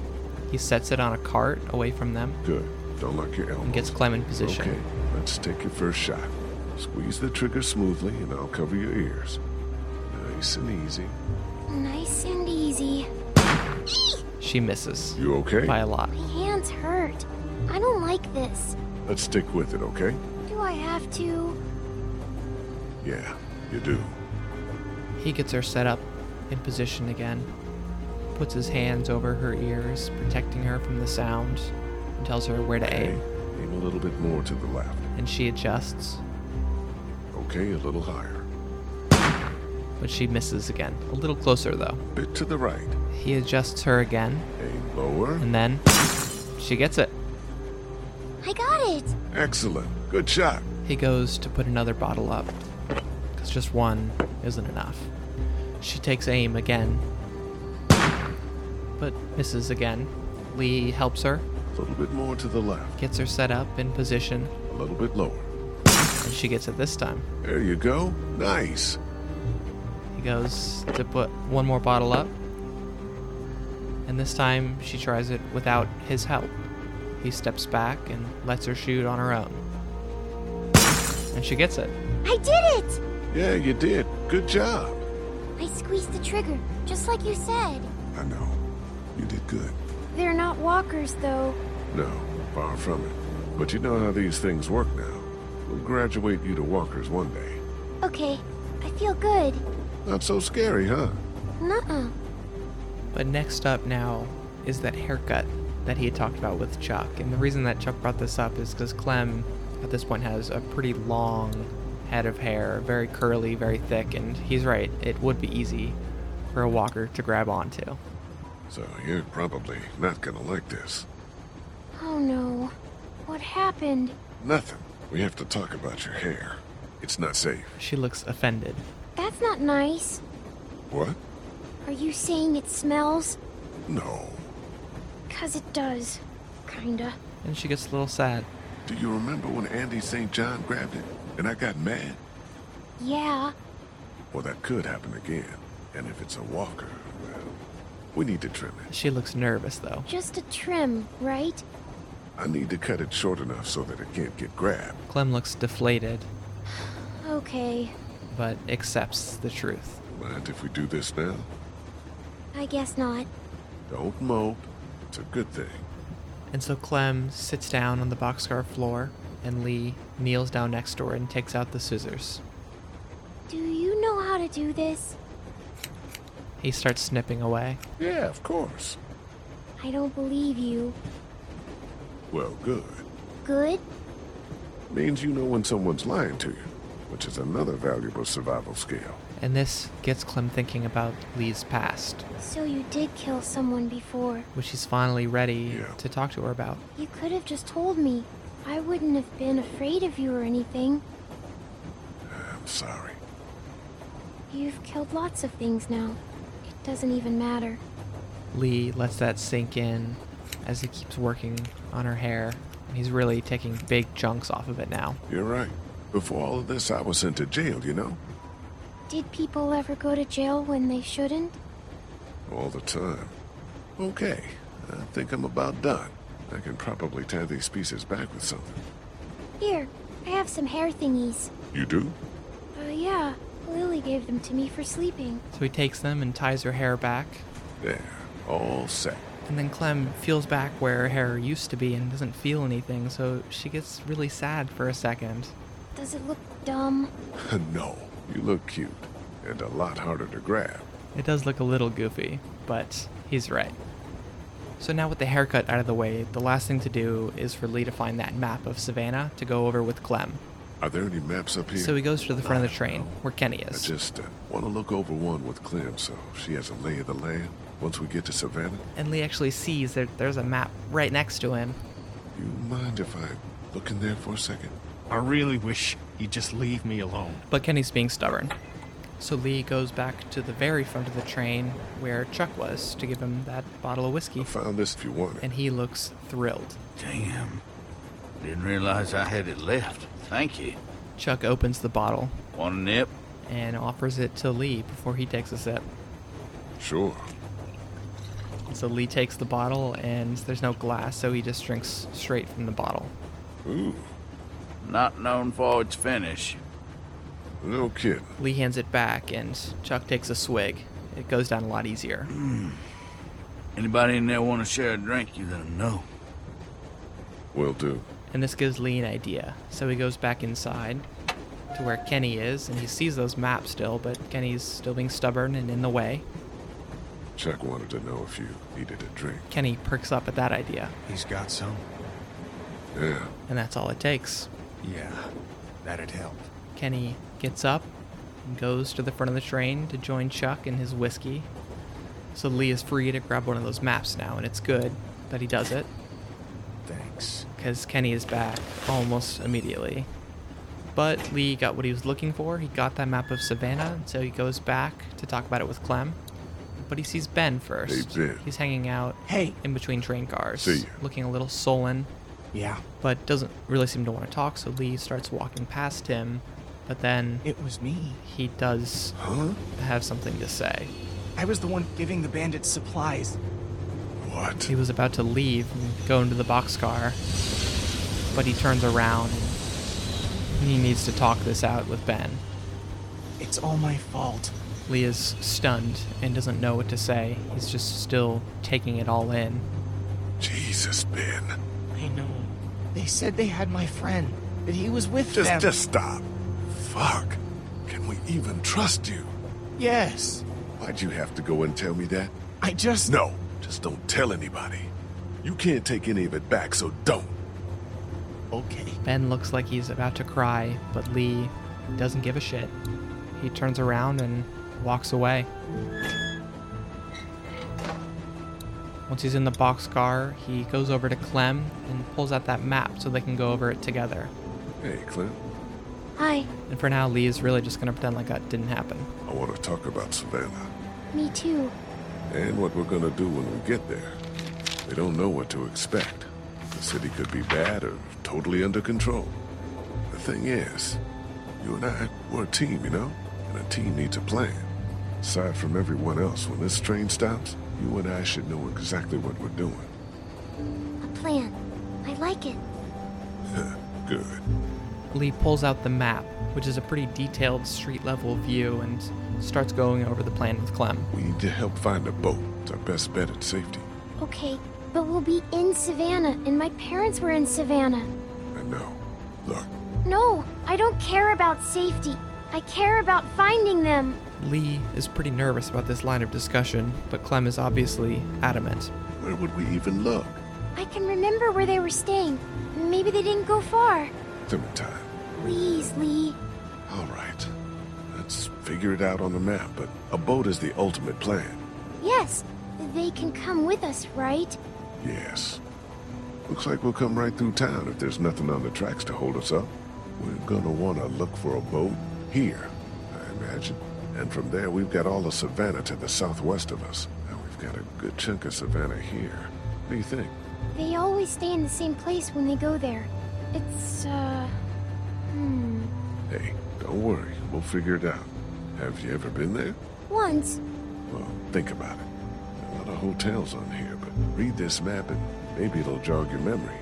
He sets it on a cart away from them Good. Don't lock your elbow. and gets Clem in position. Okay, let's take your first shot. Squeeze the trigger smoothly, and I'll cover your ears. Nice and easy. Nice and easy. She misses You okay? by a lot. My hands hurt. I don't like this. Let's stick with it, okay? Do I have to? Yeah, you do. He gets her set up in position again, puts his hands over her ears, protecting her from the sound, and tells her where to Okay. aim. Aim a little bit more to the left. And she adjusts, Okay, a little higher. but she misses again. A little closer, though. Bit to the right. He adjusts her again, Aim lower. and then she gets it. I got it. Excellent. Good shot. He goes to put another bottle up, because just one isn't enough. She takes aim again, but misses again. Lee helps her, A little bit more to the left. gets her set up in position, A little bit lower. and she gets it this time. There you go. Nice. He goes to put one more bottle up. And this time she tries it without his help. He steps back and lets her shoot on her own. And she gets it. I did it. Yeah, you did. Good job. I squeezed the trigger, just like you said. I know. You did good. They're not walkers, though. No, Far from it. But you know how these things work now. We'll graduate you to walkers one day. Okay, I feel good. Not so scary, huh? Nuh-uh. But next up now is that haircut that he had talked about with Chuck. And the reason that Chuck brought this up is because Clem, at this point, has a pretty long head of hair, very curly, very thick, and he's right, it would be easy for a walker to grab onto. So you're probably not gonna like this. Oh no. What happened? Nothing. We have to talk about your hair. It's not safe. She looks offended. That's not nice. What? Are you saying it smells? No. Cause it does. Kinda. And she gets a little sad. Do you remember when Andy St. John grabbed it and I got mad? Yeah. Well, that could happen again. And if it's a walker, well, we need to trim it. She looks nervous, though. Just a trim, right? I need to cut it short enough so that it can't get grabbed. Clem looks deflated, Okay. but accepts the truth. Mind if we do this now? I guess not. Don't mope. It's a good thing. And so Clem sits down on the boxcar floor, and Lee kneels down next to her and takes out the scissors. Do you know how to do this? He starts snipping away. Yeah, of course. I don't believe you. Well, good. Good? Means you know when someone's lying to you, which is another valuable survival skill. And this gets Clem thinking about Lee's past, So you did kill someone before. which he's finally ready Yeah. to talk to her about. You could have just told me. I wouldn't have been afraid of you or anything. I'm sorry. You've killed lots of things now. It doesn't even matter. Lee lets that sink in as he keeps working on her hair. And he's really taking big chunks off of it now. You're right. Before all of this, I was sent to jail, you know? Did people ever go to jail when they shouldn't? All the time. Okay, I think I'm about done. I can probably tie these pieces back with something. Here, I have some hair thingies. You do? Uh, yeah, Lily gave them to me for sleeping. So he takes them and ties her hair back. There, all set. And then Clem feels back where her hair used to be and doesn't feel anything, so she gets really sad for a second. Does it look dumb? no, you look cute and a lot harder to grab. It does look a little goofy, but he's right. So now with the haircut out of the way, the last thing to do is for Lee to find that map of Savannah to go over with Clem. Are there any maps up here? So he goes to the front of the train, where Kenny I is. just uh, want to look over one with Clem so she has a lay of the land once we get to Savannah. And Lee actually sees that there's a map right next to him. You mind if I look in there for a second? I really wish you'd just leave me alone. But Kenny's being stubborn. So Lee goes back to the very front of the train where Chuck was to give him that bottle of whiskey. I found this if you want it. And he looks thrilled. Damn. Didn't realize I had it left. Thank you. Chuck opens the bottle Want a nip? and offers it to Lee before he takes a sip. Sure. So Lee takes the bottle, and there's no glass, so he just drinks straight from the bottle. Ooh, Not known for its finish. no kidding. Lee hands it back, and Chuck takes a swig. It goes down a lot easier. Anybody in there want to share a drink? You let 'em know. Will do. And this gives Lee an idea. So he goes back inside to where Kenny is, and he sees those maps still, but Kenny's still being stubborn and in the way. Chuck wanted to know if you needed a drink. Kenny perks up at that idea, He's got some. Yeah, and that's all it takes. Yeah, that'd help. Kenny gets up and goes to the front of the train to join Chuck and his whiskey. So Lee is free to grab one of those maps now, and it's good that he does it Thanks. because Kenny is back almost immediately. But Lee got what he was looking for. He got that map of Savannah, so he goes back to talk about it with Clem. But he sees Ben first. Hey, Ben. He's hanging out Hey. in between train cars, See ya. looking a little sullen Yeah, but doesn't really seem to want to talk, so Lee starts walking past him, but then it was me. he does have something to say. I was the one giving the bandits supplies. what? He was about to leave and go into the boxcar, but he turns around and he needs to talk this out with Ben. It's all my fault. Lee is stunned and doesn't know what to say. He's just still taking it all in. Jesus, Ben. I know. They said they had my friend, that he was with Just, them. just stop. Fuck. Can we even trust you? Yes. Why'd you have to go and tell me that? I just. No, just don't tell anybody. You can't take any of it back, so don't. Okay. Ben looks like he's about to cry, but Lee doesn't give a shit. He turns around and walks away. Once he's in the boxcar, he goes over to Clem and pulls out that map so they can go over it together. Hey, Clint. Hi, And for now, Lee is really just going to pretend like that didn't happen. I want to talk about Savannah me too. and what we're gonna do when we get there. We don't know what to expect. The city could be bad or totally under control. The thing is, you and I, we're a team, you know? And a team needs a plan. Aside from everyone else, when this train stops, you and I should know exactly what we're doing. A plan. I like it. Good. Lee pulls out the map, which is a pretty detailed street level view, and starts going over the plan with Clem. We need to help find a boat. It's our best bet at safety. Okay, but we'll be in Savannah, and my parents were in Savannah. I know. Look, No, I don't care about safety. I care about finding them. Lee is pretty nervous about this line of discussion, but Clem is obviously adamant. where would we even look? I can remember where they were staying. Maybe they didn't go far. Summertime. Please, Lee. All right. Let's figure it out on the map, but a boat is the ultimate plan. Yes, they can come with us, right? Yes. Looks like we'll come right through town if there's nothing on the tracks to hold us up. We're gonna wanna look for a boat here, I imagine. And from there, we've got all of Savannah to the southwest of us. And we've got a good chunk of Savannah here. What do you think? They always stay in the same place when they go there. It's, uh. Hmm. Hey, don't worry. We'll figure it out. Have you ever been there? Once. Well, think about it. A lot of hotels on here, but read this map and maybe it'll jog your memory.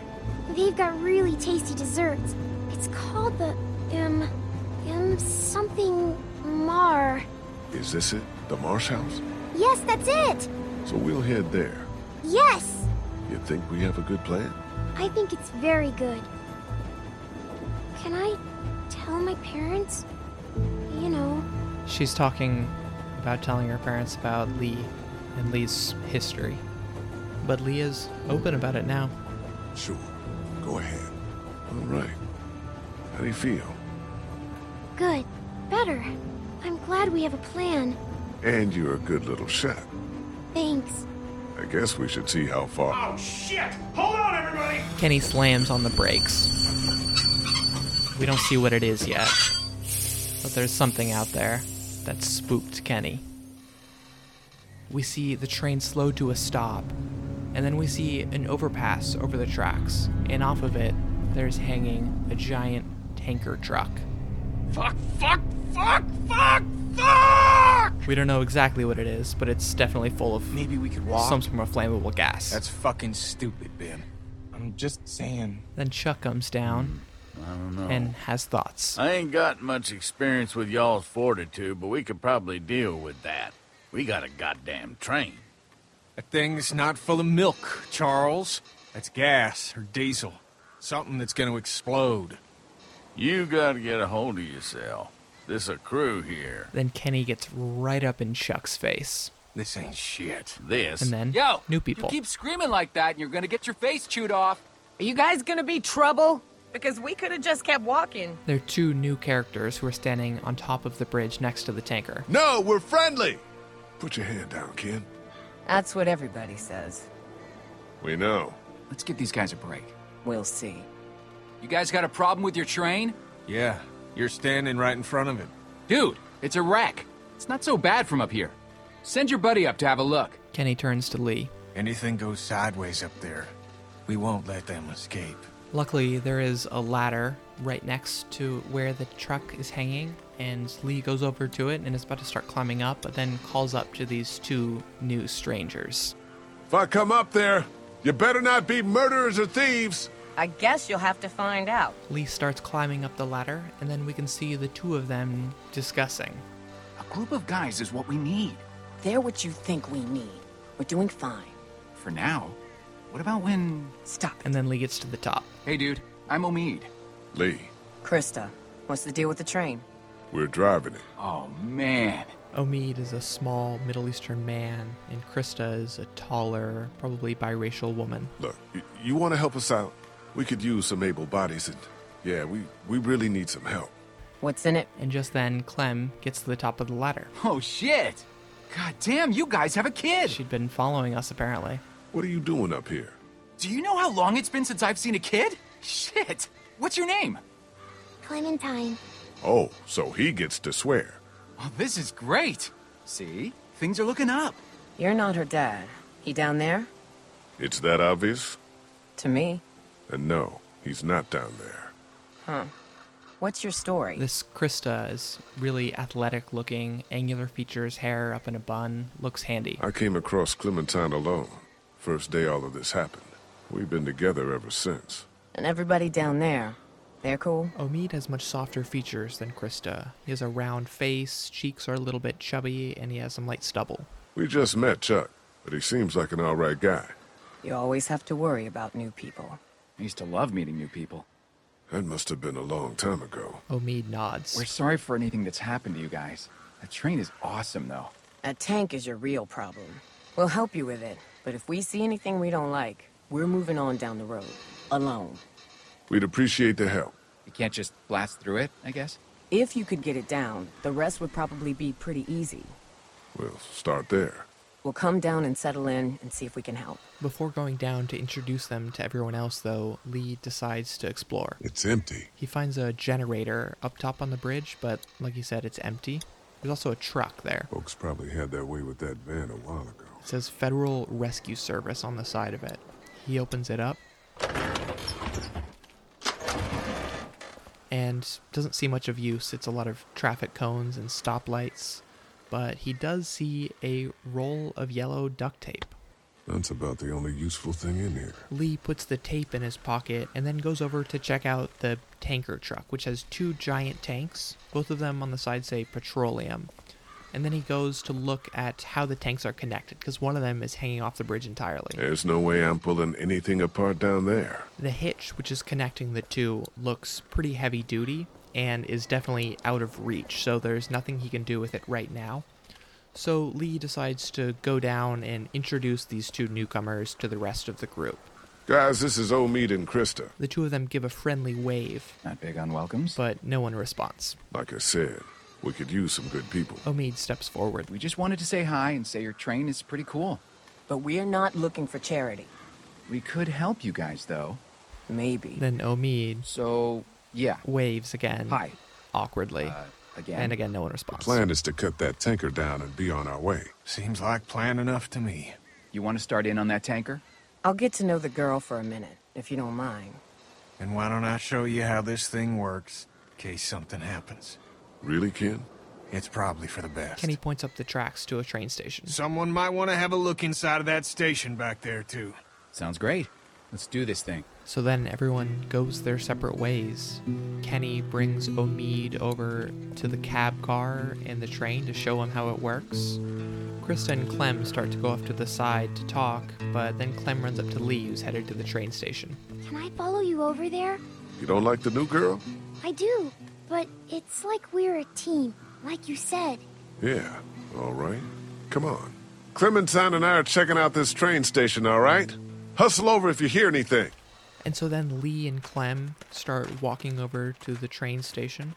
They've got really tasty desserts. It's called the M M something Mar. Is this it? The Marsh House? Yes, that's it. So we'll head there. Yes. You think we have a good plan? I think it's very good. Can I tell my parents? You know, She's talking about telling her parents about Lee and Lee's history. But Lee is open about it now. Sure. Go ahead. All right. How do you feel? good. Better. I'm glad we have a plan. And you're a good little shot. Thanks. I guess we should see how far. Oh, shit! Hold on, everybody! Kenny slams on the brakes. We don't see what it is yet, but there's something out there that spooked Kenny. We see the train slow to a stop, and then we see an overpass over the tracks, and off of it, there's hanging a giant tanker truck. Fuck, fuck, fuck, fuck, fuck! We don't know exactly what it is, but it's definitely full of Maybe we could walk. some form of flammable gas. That's fucking stupid, Ben. I'm just saying. then Chuck comes down Mm, I don't know. and has thoughts. I ain't got much experience with y'all's fortitude, but we could probably deal with that. We got a goddamn train. That thing's not full of milk, Charles. That's gas or diesel. Something that's gonna explode. You gotta get a hold of yourself. This a crew here. Then Kenny gets right up in Chuck's face. This ain't shit. This. And then Yo, new people. You keep screaming like that, and you're gonna get your face chewed off. Are you guys gonna be trouble? Because we could have just kept walking. There are two new characters who are standing on top of the bridge next to the tanker. No, we're friendly. Put your hand down, kid. That's what everybody says. We know. Let's give these guys a break. We'll see. You guys got a problem with your train? Yeah, you're standing right in front of it. Dude, it's a wreck. It's not so bad from up here. Send your buddy up to have a look. Kenny turns to Lee. Anything goes sideways up there, we won't let them escape. Luckily, there is a ladder right next to where the truck is hanging, and Lee goes over to it and is about to start climbing up, but then calls up to these two new strangers. If I come up there, you better not be murderers or thieves. I guess you'll have to find out. Lee starts climbing up the ladder, and then we can see the two of them discussing. A group of guys is what we need. They're what you think we need. We're doing fine. For now. What about when. Stop. And then Lee gets to the top. Hey, dude. I'm Omid. Lee, Krista, what's the deal with the train? we're driving it. Oh, man. Omid is a small Middle Eastern man, and Krista is a taller, probably biracial woman. Look, y- you want to help us out? We could use some able bodies, and yeah, we, we really need some help. What's in it? And just then, Clem gets to the top of the ladder. Oh, shit. God damn, you guys have a kid. She'd been following us, apparently. What are you doing up here? Do you know how long it's been since I've seen a kid? Shit. What's your name? Clementine. Oh, so he gets to swear. Well, Oh, this is great. See? Things are looking up. You're not her dad. He down there? It's that obvious? To me. And no, he's not down there. Huh. What's your story? This Krista is really athletic looking, angular features, hair up in a bun, looks handy. I came across Clementine alone, first day all of this happened. We've been together ever since. And everybody down there. They're cool? Omid has much softer features than Krista. He has a round face, cheeks are a little bit chubby, and he has some light stubble. We just met Chuck, but he seems like an alright guy. You always have to worry about new people. I used to love meeting new people. That must have been a long time ago. Omid nods. We're sorry for anything that's happened to you guys. That train is awesome, though. A tank is your real problem. We'll help you with it, but if we see anything we don't like, we're moving on down the road. Alone. We'd appreciate the help. You can't just blast through it, I guess. If you could get it down, the rest would probably be pretty easy. We'll start there. We'll come down and settle in and see if we can help. Before going down to introduce them to everyone else, though, Lee decides to explore. It's empty. He finds a generator up top on the bridge, but like he said, it's empty. There's also a truck there. Folks probably had their way with that van a while ago. It says Federal Rescue Service on the side of it. He opens it up and doesn't see much of use. It's a lot of traffic cones and stoplights, but he does see a roll of yellow duct tape. That's about the only useful thing in here. Lee puts the tape in his pocket and then goes over to check out the tanker truck, which has two giant tanks. Both of them on the side say petroleum. And then he goes to look at how the tanks are connected, because one of them is hanging off the bridge entirely. There's no way I'm pulling anything apart down there. The hitch, which is connecting the two, looks pretty heavy duty and is definitely out of reach, so there's nothing he can do with it right now. So Lee decides to go down and introduce these two newcomers to the rest of the group. Guys, this is Omid and Krista. The two of them give a friendly wave, Not big on welcomes. but no one responds. Like I said, we could use some good people. Omid steps forward. We just wanted to say hi and say your train is pretty cool. But we're not looking for charity. We could help you guys, though. Maybe. Then Omid So, yeah. waves again. Hi. Awkwardly. Uh, again. And again, no one responds. Plan is to cut that tanker down and be on our way. Seems like plan enough to me. You want to start in on that tanker? I'll get to know the girl for a minute, if you don't mind. And why don't I show you how this thing works in case something happens? Really, Ken? It's probably for the best. Kenny points up the tracks to a train station. Someone might want to have a look inside of that station back there, too. Sounds great. Let's do this thing. So then everyone goes their separate ways. Kenny brings Omid over to the cab car and the train to show him how it works. Krista and Clem start to go off to the side to talk, but then Clem runs up to Lee, who's headed to the train station. Can I follow you over there? You don't like the new girl? I do, but it's like we're a team, like you said. Yeah, all right. Come on. Clementine and I are checking out this train station, all right? Hustle over if you hear anything. And so then Lee and Clem start walking over to the train station.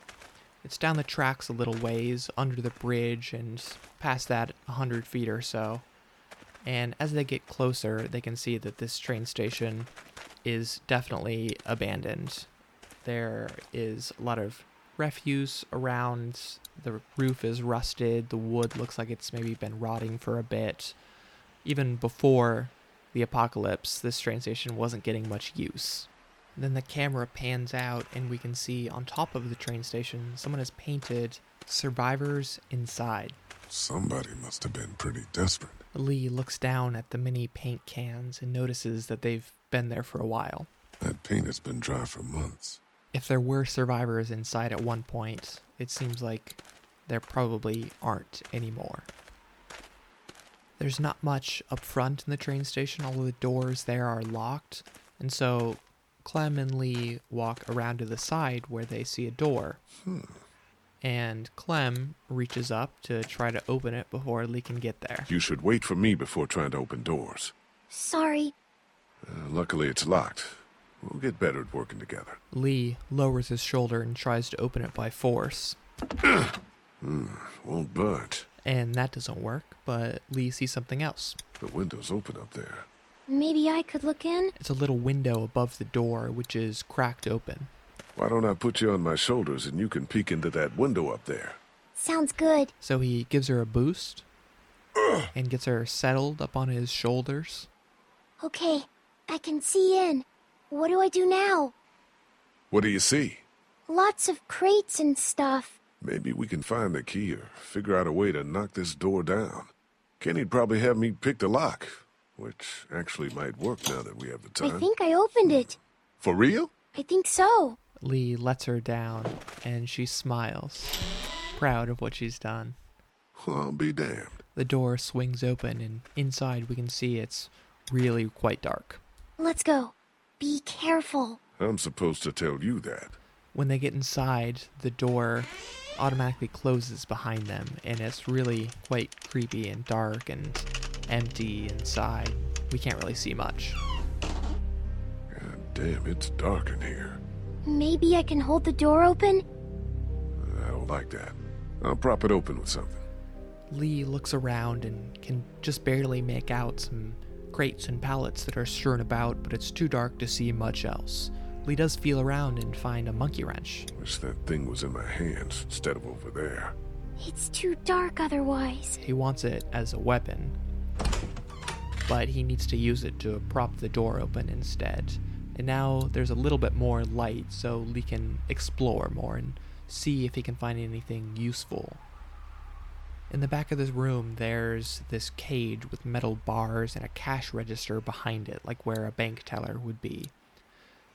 It's down the tracks a little ways, under the bridge, and past that, a 100 feet or so. And as they get closer, they can see that this train station is definitely abandoned. There is a lot of refuse around, the roof is rusted, the wood looks like it's maybe been rotting for a bit. Even before the apocalypse, this train station wasn't getting much use. Then the camera pans out, and we can see on top of the train station, someone has painted Survivors Inside. Somebody must have been pretty desperate. Lee looks down at the many paint cans and notices that they've been there for a while. That paint has been dry for months. If there were survivors inside at one point, it seems like there probably aren't anymore. There's not much up front in the train station, although the doors there are locked. And so Clem and Lee walk around to the side where they see a door. Hmm. And Clem reaches up to try to open it before Lee can get there. You should wait for me before trying to open doors. Sorry. Uh, luckily, it's locked. We'll get better at working together. Lee lowers his shoulder and tries to open it by force. Hmm, won't budge. And that doesn't work, but Lee sees something else. The window's open up there. Maybe I could look in? It's a little window above the door, which is cracked open. Why don't I put you on my shoulders and you can peek into that window up there? Sounds good. So he gives her a boost and gets her settled up on his shoulders. Okay, I can see in. What do I do now? What do you see? Lots of crates and stuff. Maybe we can find the key or figure out a way to knock this door down. Kenny'd probably have me pick the lock, which actually might work now that we have the time. I think I opened it. For real? I think so. Lee lets her down and she smiles, proud of what she's done. Well, I'll be damned. The door swings open, and inside we can see it's really quite dark. Let's go. Be careful. I'm supposed to tell you that. When they get inside, the door automatically closes behind them, and it's really quite creepy and dark and empty inside. We can't really see much. God damn, it's dark in here. Maybe I can hold the door open? I don't like that. I'll prop it open with something. Lee looks around and can just barely make out some crates and pallets that are strewn about, but it's too dark to see much else. Lee does feel around and find a monkey wrench. Wish that thing was in my hands instead of over there. It's too dark otherwise. He wants it as a weapon, but he needs to use it to prop the door open instead. And now there's a little bit more light, so Lee can explore more and see if he can find anything useful. In the back of this room, there's this cage with metal bars and a cash register behind it, like where a bank teller would be.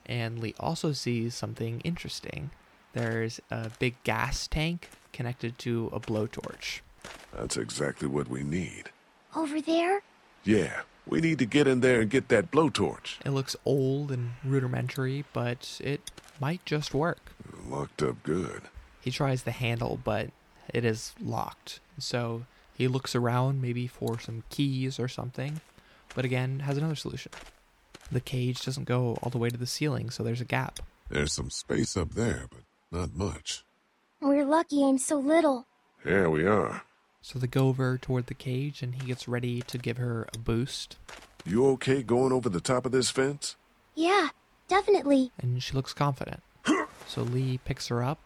And Lee also sees something interesting. There's a big gas tank connected to a blowtorch. That's exactly what we need. Over there? Yeah, we need to get in there and get that blowtorch. It looks old and rudimentary, but it might just work. Locked up good. He tries the handle, but it is locked. So he looks around maybe for some keys or something, but again, has another solution. The cage doesn't go all the way to the ceiling, so there's a gap. There's some space up there, but not much. We're lucky I'm so little. Yeah, we are. So they go over toward the cage and he gets ready to give her a boost. You okay going over the top of this fence? Yeah, definitely. And she looks confident. So Lee picks her up.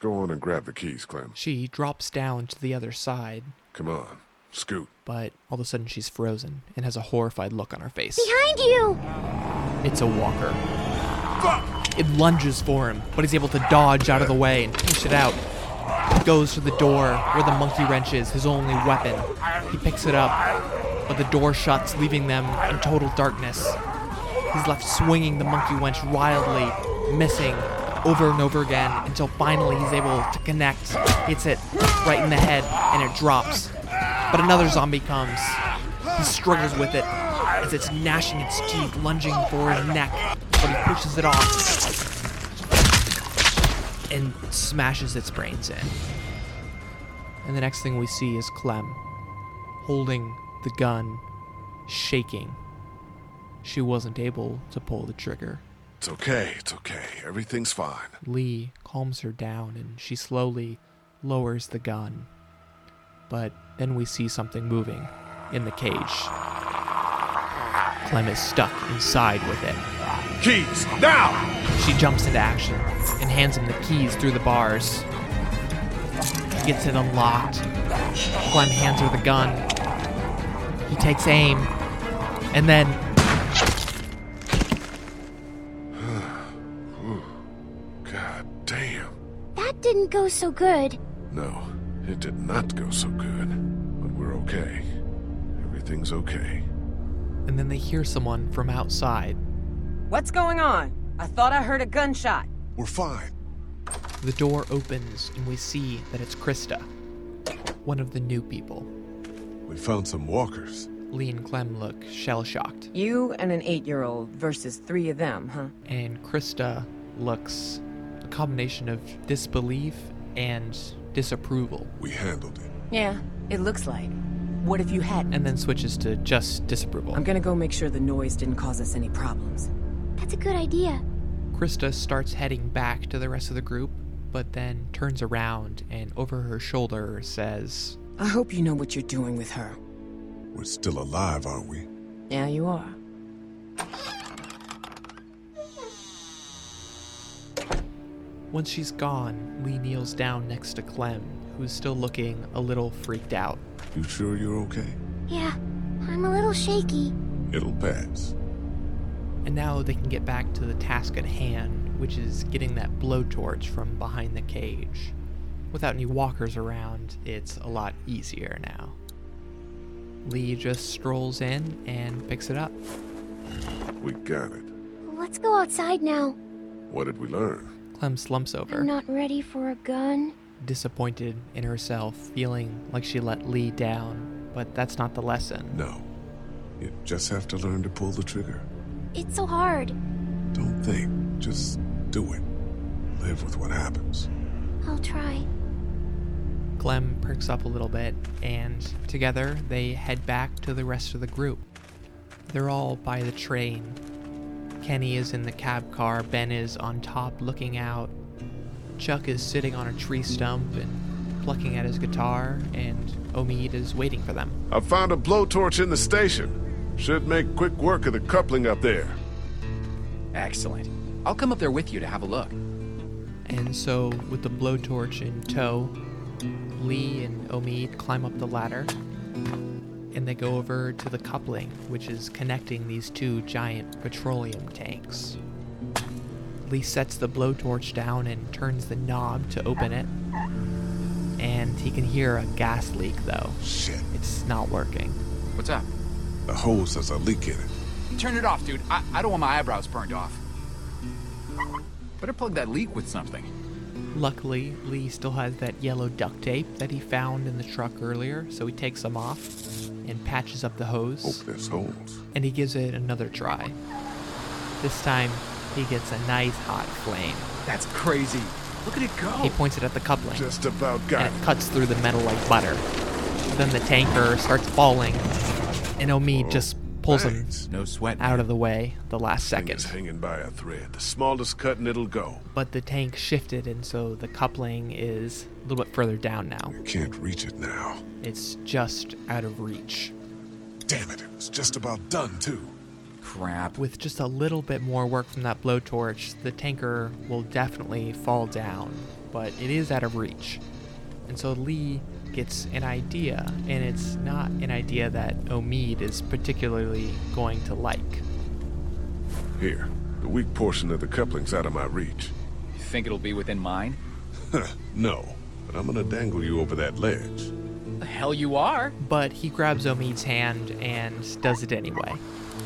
Go on and grab the keys, Clem. She drops down to the other side, Come on, scoot. but all of a sudden she's frozen and has a horrified look on her face. Behind you! It's a walker. It lunges for him, but he's able to dodge out of the way and push it out. Goes to the door where the monkey wrench is, his only weapon. He picks it up, but the door shuts, leaving them in total darkness. He's left swinging the monkey wrench wildly, missing over and over again until finally he's able to connect, hits it right in the head, and it drops. But another zombie comes. He struggles with it as it's gnashing its teeth, lunging for his neck, but he pushes it off and smashes its brains in. And the next thing we see is Clem holding the gun, shaking. She wasn't able to pull the trigger. It's okay, it's okay. Everything's fine. Lee calms her down and she slowly lowers the gun. But then we see something moving in the cage. Clem is stuck inside with it. Keys, now! She jumps into action and hands him the keys through the bars. He gets it unlocked. Clem hands her the gun. He takes aim. And then God damn. That didn't go so good. No, it did not go so good. But we're okay. Everything's okay. and then they hear someone from outside. What's going on? I thought I heard a gunshot. We're fine. The door opens and we see that it's Krista, one of the new people. We found some walkers. Lean Clem look shell shocked, You and an eight year old versus three of them, huh? and Krista looks a combination of disbelief and disapproval, We handled it. Yeah, it looks like. What if you hadn't? and then switches to just disapproval. I'm gonna go make sure the noise didn't cause us any problems. That's a good idea. Krista starts heading back to the rest of the group, but then turns around and over her shoulder says, I hope you know what you're doing with her. We're still alive, aren't we? Yeah, you are. Once she's gone, Lee kneels down next to Clem, who's still looking a little freaked out. You sure you're okay? Yeah, I'm a little shaky. It'll pass. And now they can get back to the task at hand, which is getting that blowtorch from behind the cage. Without any walkers around, it's a lot easier now. Lee just strolls in and picks it up. We got it. Let's go outside now. What did we learn? Clem slumps I'm over, not ready for a gun. disappointed in herself, feeling like she let Lee down, but that's not the lesson. No. You just have to learn to pull the trigger. It's so hard. Don't think. Just do it. Live with what happens. I'll try. Clem perks up a little bit, and together they head back to the rest of the group. They're all by the train. Kenny is in the cab car, Ben is on top looking out. Chuck is sitting on a tree stump and plucking at his guitar, and Omid is waiting for them. I found a blowtorch in the station. Should make quick work of the coupling up there. Excellent. I'll come up there with you to have a look. And so, with the blowtorch in tow, Lee and Omid climb up the ladder, and they go over to the coupling, which is connecting these two giant petroleum tanks. Lee sets the blowtorch down and turns the knob to open it. And he can hear a gas leak, though. Shit. It's not working. What's up? The hose has a leak in it. Turn it off, dude. I, I don't want my eyebrows burned off. Better plug that leak with something. Luckily, Lee still has that yellow duct tape that he found in the truck earlier, so he takes them off and patches up the hose. Hope there's holes. and he gives it another try. This time, he gets a nice hot flame. That's crazy. Look at it He go. points it at the coupling, Just about got and it it. cuts through the metal like butter. Then the tanker starts falling, and Omid just pulls him Thanks. No sweat. out of the way the last Thing is second. hanging by a thread. The smallest cut and it'll go. But the tank shifted, and so the coupling is a little bit further down now. Can't reach it now. It's just out of reach. Damn it, it was just about done, too. Crap. With just a little bit more work from that blowtorch, the tanker will definitely fall down, but it is out of reach. And so Lee gets an idea, and it's not an idea that Omid is particularly going to like. Here, the weak portion of the coupling's out of my reach. You think it'll be within mine? No, but I'm gonna dangle you over that ledge. The hell you are. But he grabs Omid's hand and does it anyway.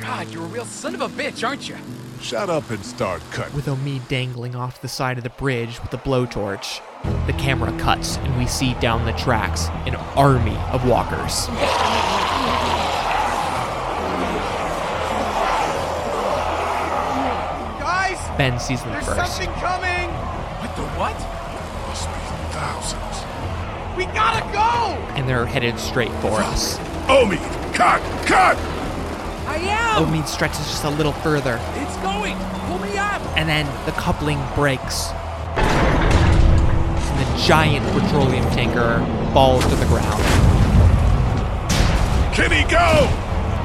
God, you're a real son of a bitch, aren't you? Shut up and start cutting. With Omid dangling off the side of the bridge with a blowtorch, the camera cuts and we see down the tracks an army of walkers. Guys, Ben sees them there's first. something coming! What the what? Must be thousands. We gotta go! and they're headed straight for us. Omi! Cut! Cut! I am. Omid Oh, stretches just a little further, It's going. Pull me up. and then the coupling breaks. And the giant petroleum tanker falls to the ground. Kenny, go!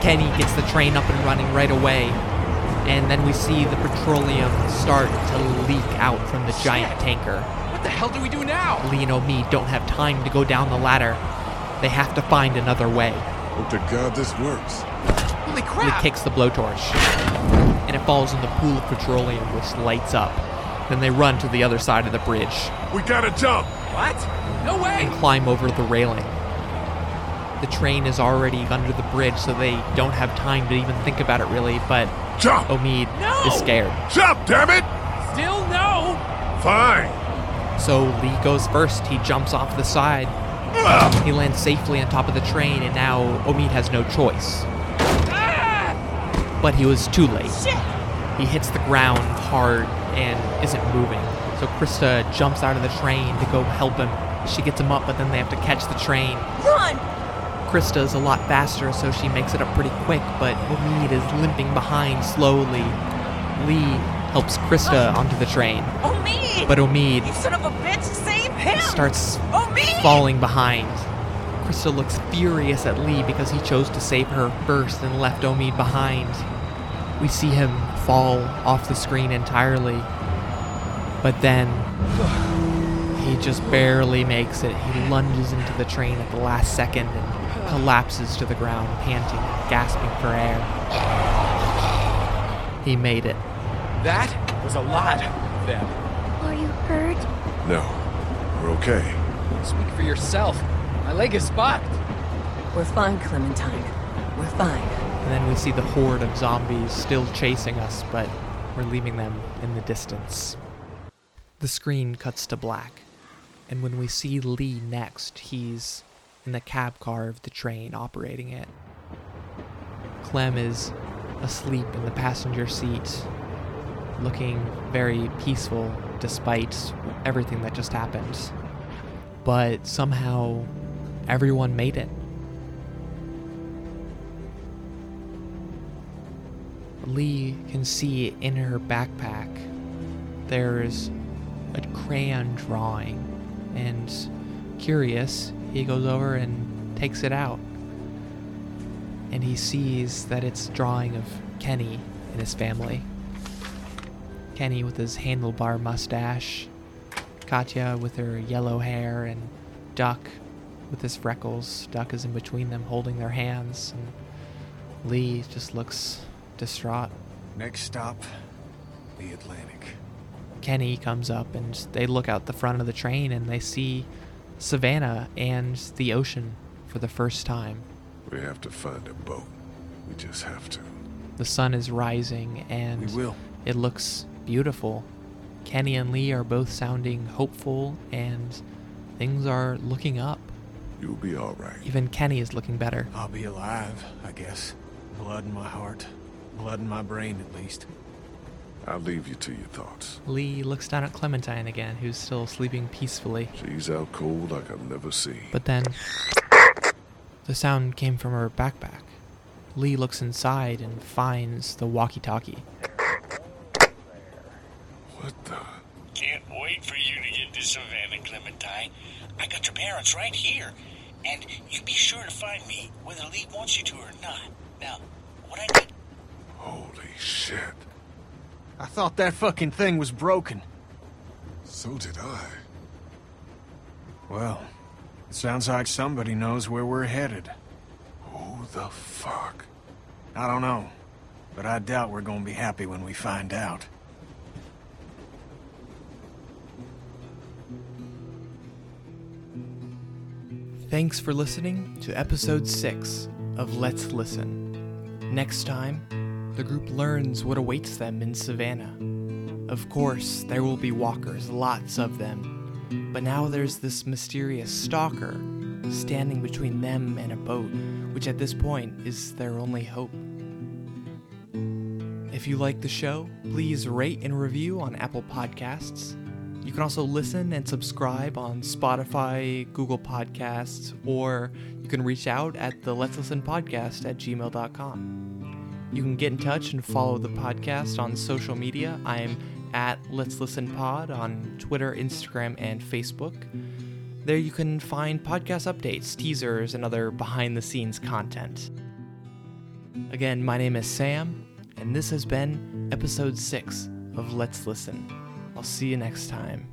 Kenny gets the train up and running right away, and then we see the petroleum start to leak out from the giant tanker. What the hell do we do now? Lee and Omid don't have time to go down the ladder. They have to find another way. Hope to God this works. Holy Lee crap! kicks the blowtorch, and it falls in the pool of petroleum, which lights up. Then they run to the other side of the bridge. We gotta jump! What? No way. climb over the railing. The train is already under the bridge, so they don't have time to even think about it really, but Jump! Omid No! is scared. Jump, damn it! Still no. Fine. So Lee goes first. He jumps off the side, He lands safely on top of the train, and now Omid has no choice. But he was too late. He hits the ground hard and isn't moving. So Krista jumps out of the train to go help him. She gets him up, but then they have to catch the train. Run! Krista is a lot faster, so she makes it up pretty quick, but Omid is limping behind slowly. Lee helps Krista onto the train. Omid! But Omid You Oh, son of a bitch, save him! starts Omid! falling behind. Krista looks furious at Lee because he chose to save her first and left Omid behind. We see him fall off the screen entirely. But then he just barely makes it. He lunges into the train at the last second and collapses to the ground, panting, gasping for air. He made it. That was a lot of them. Are you hurt? No, we're okay. Speak for yourself. My leg is spot. We're fine, Clementine. We're fine. And then we see the horde of zombies still chasing us, but we're leaving them in the distance. The screen cuts to black, and when we see Lee next, he's in the cab car of the train operating it. Clem is asleep in the passenger seat, looking very peaceful despite everything that just happened. But somehow, everyone made it. Lee can see in her backpack there's a crayon drawing, and curious, he goes over and takes it out. And he sees that it's a drawing of Kenny and his family. Kenny with his handlebar mustache, Katya with her yellow hair, and Duck with his freckles. Duck is in between them holding their hands, and Lee just looks distraught. Next stop, the Atlantic. Kenny comes up and they look out the front of the train and they see Savannah and the ocean for the first time. We have to find a boat. We just have to. The sun is rising and We will. it looks beautiful. Kenny and Lee are both sounding hopeful and things are looking up. You'll be all right. Even Kenny is looking better. I'll be alive, I guess. Blood in my heart. Blood in my brain, at least. I'll leave you to your thoughts. Lee looks down at Clementine again, who's still sleeping peacefully. She's out cold like I've never seen. But then the sound came from her backpack. Lee looks inside and finds the walkie talkie. What the? Can't wait for you to get to Savannah, Clementine. I got your parents right here. And you be sure to find me, whether Lee wants you to or not. Now, what I need. Holy shit. I thought that fucking thing was broken. So did I. Well, it sounds like somebody knows where we're headed. Who the fuck? I don't know, but I doubt we're gonna be happy when we find out. Thanks for listening to episode 6 of Let's Listen. Next time, the group learns what awaits them in Savannah. Of course, there will be walkers, lots of them. But now there's this mysterious stalker standing between them and a boat, which at this point is their only hope. If you like the show, please rate and review on Apple Podcasts. You can also listen and subscribe on Spotify, Google Podcasts, or you can reach out at the Let's Listen Podcast at gmail.com. You can get in touch and follow the podcast on social media. I am at Let's Listen Pod on Twitter, Instagram, and Facebook. There you can find podcast updates, teasers, and other behind the scenes content. Again, my name is Sam, and this has been episode 6 of Let's Listen. I'll see you next time.